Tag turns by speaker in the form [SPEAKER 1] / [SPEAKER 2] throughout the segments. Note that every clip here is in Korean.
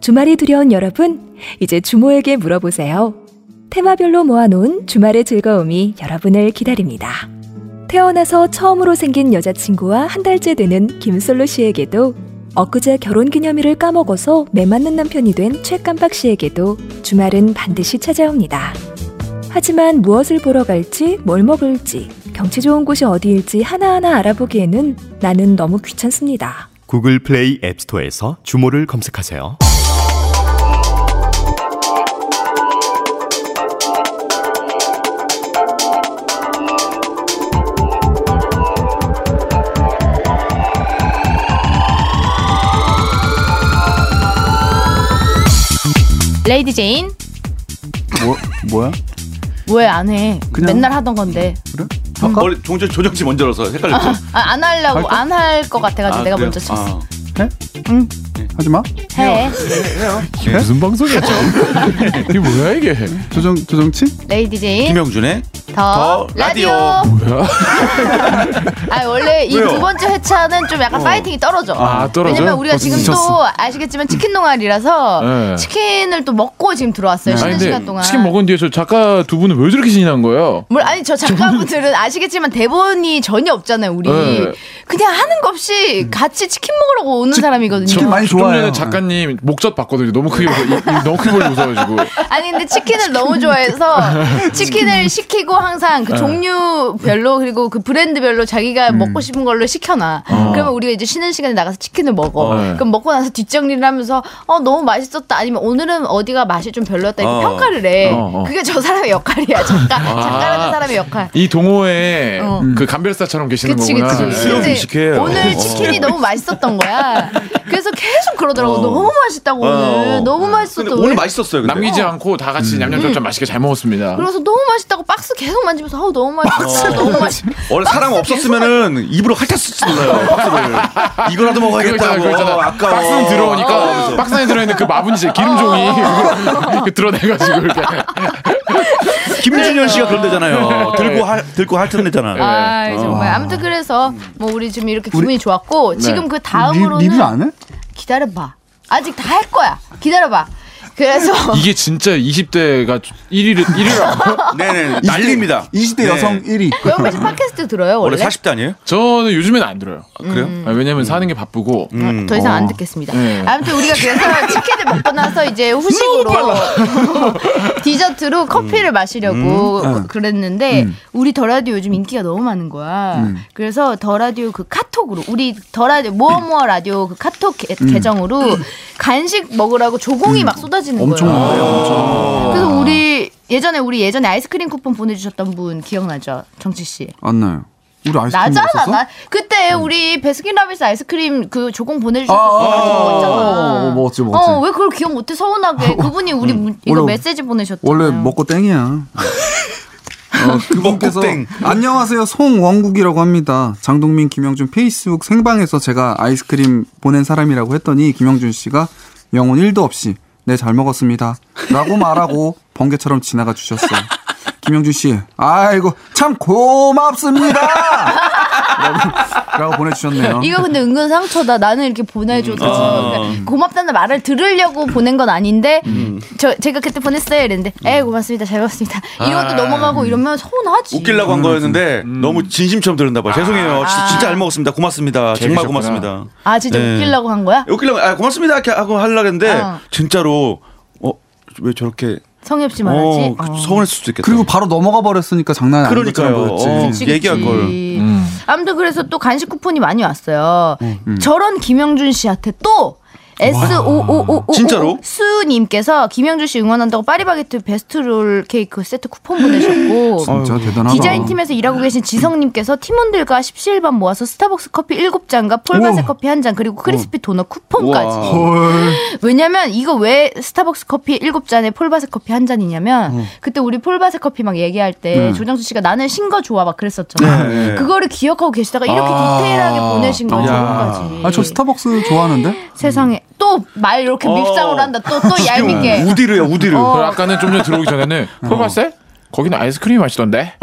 [SPEAKER 1] 주말이 두려운 여러분, 이제 주모에게 물어보세요. 테마별로 모아놓은 주말의 즐거움이 여러분을 기다립니다. 태어나서 처음으로 생긴 여자친구와 한 달째 되는 김솔로 씨에게도 엊그제 결혼 기념일을 까먹어서 매맞는 남편이 된 최깜박 씨에게도 주말은 반드시 찾아옵니다. 하지만 무엇을 보러 갈지, 뭘 먹을지, 경치 좋은 곳이 어디일지 하나하나 알아보기에는 나는 너무 귀찮습니다.
[SPEAKER 2] 구글 플레이 앱스토어에서 주모를 검색하세요.
[SPEAKER 3] 레이디 제인
[SPEAKER 4] 뭐, 뭐야?
[SPEAKER 3] 왜 안 해?
[SPEAKER 4] 그냥-
[SPEAKER 3] 맨날 하던 건데
[SPEAKER 4] 그래?
[SPEAKER 5] 아까
[SPEAKER 4] 아까?
[SPEAKER 5] 원래 음, 종전 조정치 먼저라서 헷갈렸어.
[SPEAKER 3] 아, 안 하려고
[SPEAKER 4] 할까?
[SPEAKER 3] 안 할 것 같아가지고
[SPEAKER 5] 아,
[SPEAKER 3] 내가
[SPEAKER 5] 그래요?
[SPEAKER 3] 먼저 쳤어.
[SPEAKER 5] 아.
[SPEAKER 4] 응? 하지 마.
[SPEAKER 3] 해
[SPEAKER 4] 네?
[SPEAKER 6] 무슨 방송이야? 이게 뭐야 이게? 예.
[SPEAKER 4] 조정, 조정치?
[SPEAKER 3] 레이디 제인
[SPEAKER 5] 김영준의
[SPEAKER 3] 더,
[SPEAKER 5] 더
[SPEAKER 3] 라디오.
[SPEAKER 5] 라디오.
[SPEAKER 6] 뭐야?
[SPEAKER 3] 아 원래 이
[SPEAKER 5] 왜요?
[SPEAKER 3] 두 번째 회차는 좀 약간 파이팅이 떨어져.
[SPEAKER 6] 아, 떨어져요?
[SPEAKER 3] 왜냐면 우리가
[SPEAKER 6] 어,
[SPEAKER 3] 지금 또
[SPEAKER 6] 지쳤어.
[SPEAKER 3] 아시겠지만 치킨 동아리라서
[SPEAKER 6] 네.
[SPEAKER 3] 치킨을 또 먹고 지금 들어왔어요
[SPEAKER 4] 네.
[SPEAKER 3] 쉬는
[SPEAKER 6] 아니
[SPEAKER 3] 시간 동안.
[SPEAKER 6] 근데 치킨 먹은 뒤에 저 작가 두 분은 왜 저렇게 신이 난 거예요?
[SPEAKER 3] 뭘 아니 저 작가분들은 아시겠지만 대본이 전혀 없잖아요 우리
[SPEAKER 6] 네.
[SPEAKER 3] 그냥 하는 거 없이 같이 치킨 먹으러 오는 사람이거든요. 네,
[SPEAKER 4] 치킨 많이
[SPEAKER 6] 좀 전에
[SPEAKER 4] 좋아해요.
[SPEAKER 6] 작가님 목젖 봤거든요. 너무 크게 웃어, 이- 이- 너무 크게 벌리 웃어가지고.
[SPEAKER 3] 아니 근데 치킨을 너무 좋아해서 치킨을 시키고 항상
[SPEAKER 5] 네.
[SPEAKER 3] 그 종류별로 그리고 그 브랜드별로 자기가
[SPEAKER 5] 음.
[SPEAKER 3] 먹고 싶은 걸로 시켜놔.
[SPEAKER 5] 어.
[SPEAKER 3] 그러면 우리가 이제 쉬는 시간에 나가서 치킨을 먹어.
[SPEAKER 6] 어, 네.
[SPEAKER 3] 그럼 먹고 나서 뒷정리를 하면서 어 너무 맛있었다 아니면 오늘은 어디가 맛이 좀 별로였다 이렇게
[SPEAKER 5] 어. 아.
[SPEAKER 3] 평가를 해.
[SPEAKER 6] 어, 어.
[SPEAKER 3] 그게 저 사람의 역할이야. 작가 작가라는 사람의 역할.
[SPEAKER 6] 이 동호회에
[SPEAKER 3] 어.
[SPEAKER 6] 그 감별사처럼 계시는
[SPEAKER 3] 그치
[SPEAKER 6] 거구나. 네.
[SPEAKER 3] 그치.
[SPEAKER 5] 수염이
[SPEAKER 3] 근데
[SPEAKER 5] 이식해요.
[SPEAKER 3] 오늘
[SPEAKER 5] 어.
[SPEAKER 3] 치킨이 너무 맛있었던 거야. 그래서 계속 그러더라고. 너무 맛있다고 오늘.
[SPEAKER 5] 어.
[SPEAKER 3] 너무
[SPEAKER 5] 근데
[SPEAKER 3] 맛있었다.
[SPEAKER 5] 오늘
[SPEAKER 3] 왜
[SPEAKER 5] 맛있었어요. 근데.
[SPEAKER 6] 남기지 않고 다 같이 냠냠쩝쩝 맛있게 잘 먹었습니다.
[SPEAKER 3] 음. 그래서 너무 맛있다고 박스 계속 만지면서 아우 너무 맛있어 너무 맛있어
[SPEAKER 5] 원래 사람 없었으면은 입으로 핥았을지 몰라요. 박스를. 이거라도
[SPEAKER 6] 그거
[SPEAKER 5] 먹어야겠다.
[SPEAKER 6] 있잖아,
[SPEAKER 5] 고
[SPEAKER 6] 그거 있잖아.
[SPEAKER 5] 아까
[SPEAKER 6] 박스는 들어오니까 박스 안에 들어있는 그 마분지 기름
[SPEAKER 3] 어.
[SPEAKER 6] 종이 이거 드러내가지고 이렇게.
[SPEAKER 5] 김준현 씨가 그런 데잖아요. 들고 할 들고
[SPEAKER 4] 네.
[SPEAKER 5] 핥아내잖아. 요
[SPEAKER 3] 아
[SPEAKER 4] 어.
[SPEAKER 3] 정말 아무튼 그래서 뭐 우리 지금 이렇게 기분이 좋았고 지금 그
[SPEAKER 4] 네. 리, 리뷰
[SPEAKER 3] 다음으로는
[SPEAKER 4] 안 해?
[SPEAKER 3] 기다려봐 아직 다 할 거야 기다려봐 그래서
[SPEAKER 6] 이게 진짜 20대가 1위를 1위라고.
[SPEAKER 5] 네네
[SPEAKER 4] 20대
[SPEAKER 5] 난리입니다.
[SPEAKER 4] 20대
[SPEAKER 5] 네.
[SPEAKER 4] 여성 1위.
[SPEAKER 3] 영배씨 팟캐스트 들어요
[SPEAKER 5] 원래
[SPEAKER 3] 원래?
[SPEAKER 5] 40대 아니에요?
[SPEAKER 6] 저는 요즘엔 안 들어요.
[SPEAKER 5] 아, 그래요?
[SPEAKER 3] 음.
[SPEAKER 6] 아, 왜냐면 사는 게 바쁘고.
[SPEAKER 4] 음.
[SPEAKER 3] 어, 더 이상 안 듣겠습니다.
[SPEAKER 6] 네.
[SPEAKER 3] 아무튼 우리가 그래서 치킨을 먹고 나서 이제 후식으로 디저트로
[SPEAKER 4] 음.
[SPEAKER 3] 커피를 마시려고
[SPEAKER 4] 네.
[SPEAKER 3] 그랬는데 우리 더 라디오 요즘 인기가 너무 많은 거야.
[SPEAKER 4] 음.
[SPEAKER 3] 그래서 더 라디오 그 카톡으로 우리 더 라디오 모어모어 라디오 그 카톡 개,
[SPEAKER 4] 음.
[SPEAKER 3] 정으로 간식 먹으라고 조공이 막 쏟아지는
[SPEAKER 4] 엄청
[SPEAKER 3] 거예요.
[SPEAKER 4] 많아요. 엄청.
[SPEAKER 3] 그래서 우리 예전에 우리 예전에 아이스크림 쿠폰 보내주셨던 분 기억나죠, 정치 씨?
[SPEAKER 4] 안 나요. 우리 아이스크림
[SPEAKER 3] 나잖아
[SPEAKER 4] 먹었어?
[SPEAKER 3] 나 그때 우리 베스킨라빈스 아이스크림 그 조공
[SPEAKER 4] 아, 아,
[SPEAKER 3] 보내주셔서
[SPEAKER 4] 아,
[SPEAKER 3] 먹었잖아.
[SPEAKER 4] 어, 어, 먹었지, 먹었지. 아, 음.
[SPEAKER 3] 어왜 그걸 기억 못해 서운하게 그분이 우리 문- 이거
[SPEAKER 4] 원래-
[SPEAKER 3] 메시지 보내셨잖아요.
[SPEAKER 4] 원래 먹고 땡이야. 어, 그분께서
[SPEAKER 5] 먹고 땡.
[SPEAKER 4] 안녕하세요 송원국이라고 합니다. 장동민 김영준 페이스북 생방에서 제가 아이스크림 보낸 사람이라고 했더니 김영준 씨가 영혼 1도 없이 네 잘 먹었습니다. 라고 말하고 번개처럼 지나가 주셨어요. 김영준 씨 아이고 참 고맙습니다. 라고, 라고 보내주셨네요.
[SPEAKER 3] 이거 근데 은근 상처다. 나는 이렇게 보내줘도
[SPEAKER 4] 음. 아.
[SPEAKER 3] 그러니까 고맙다는 말을 들으려고 보낸 건 아닌데
[SPEAKER 4] 음.
[SPEAKER 3] 저 제가 그때 보냈어요 이랬는데 에 고맙습니다 잘 먹었습니다
[SPEAKER 4] 아.
[SPEAKER 3] 이러고 또 넘어가고 이러면 서운하지.
[SPEAKER 5] 웃기려고 한 거였는데 너무 진심처럼 들었나 봐요. 죄송해요. 진짜, 진짜 잘 먹었습니다. 고맙습니다. 정말
[SPEAKER 6] 재밌었구나.
[SPEAKER 5] 고맙습니다.
[SPEAKER 3] 아 진짜
[SPEAKER 5] 네.
[SPEAKER 3] 웃기려고 한 거야?
[SPEAKER 5] 웃기려고 아 고맙습니다 이렇게 하고 하려고 했는데
[SPEAKER 3] 어.
[SPEAKER 5] 진짜로 어 왜 저렇게
[SPEAKER 3] 성의 없이 말하지.
[SPEAKER 5] 어, 그 서운했을 수도 있겠다.
[SPEAKER 4] 그리고 바로 넘어가 버렸으니까 장난 아닌 것처럼
[SPEAKER 5] 그러니까요.
[SPEAKER 4] 보였지.
[SPEAKER 5] 어.
[SPEAKER 3] 그치,
[SPEAKER 5] 얘기할
[SPEAKER 3] 그치.
[SPEAKER 5] 걸.
[SPEAKER 3] 음. 아무튼 그래서 또 간식 쿠폰이 많이 왔어요.
[SPEAKER 5] 음.
[SPEAKER 3] 저런 김영준 씨한테 또 S O O O O
[SPEAKER 5] 진짜로?
[SPEAKER 3] 수님께서 김영준 씨 응원한다고 파리바게트 베스트롤 케이크 세트 쿠폰
[SPEAKER 5] 어,
[SPEAKER 3] 보내셨고
[SPEAKER 4] 진짜 대단하다.
[SPEAKER 3] 디자인 팀에서 일하고 계신 지성님께서 팀원들과 17반 모아서 스타벅스 커피 7잔과 폴바세 커피 1잔 그리고 크리스피 도넛 쿠폰까지.
[SPEAKER 5] 우와.
[SPEAKER 4] 헐.
[SPEAKER 3] 왜냐면 이거 왜 스타벅스 커피 7잔에 폴바세 커피 한 잔이냐면
[SPEAKER 4] 음.
[SPEAKER 3] 그때 우리 폴바세 커피 막 얘기할 때 조정수 씨가 나는 신 거 좋아 막 그랬었잖아요.
[SPEAKER 5] 네.
[SPEAKER 3] 그거를 기억하고 계시다가 이렇게
[SPEAKER 6] 아.
[SPEAKER 3] 디테일하게 보내신 거예요.
[SPEAKER 5] 야.
[SPEAKER 3] 저까지.
[SPEAKER 4] 아 저 스타벅스 좋아하는데.
[SPEAKER 3] 세상에 또 말 이렇게
[SPEAKER 5] 어.
[SPEAKER 3] 밀상으로 한다. 또 또 얄밉게.
[SPEAKER 4] 어.
[SPEAKER 3] 어.
[SPEAKER 5] 우디르야 우디르.
[SPEAKER 6] 그 아까는 좀 전에 들어오기 전에는 폴바세? 거기는 아이스크림 맛이던데?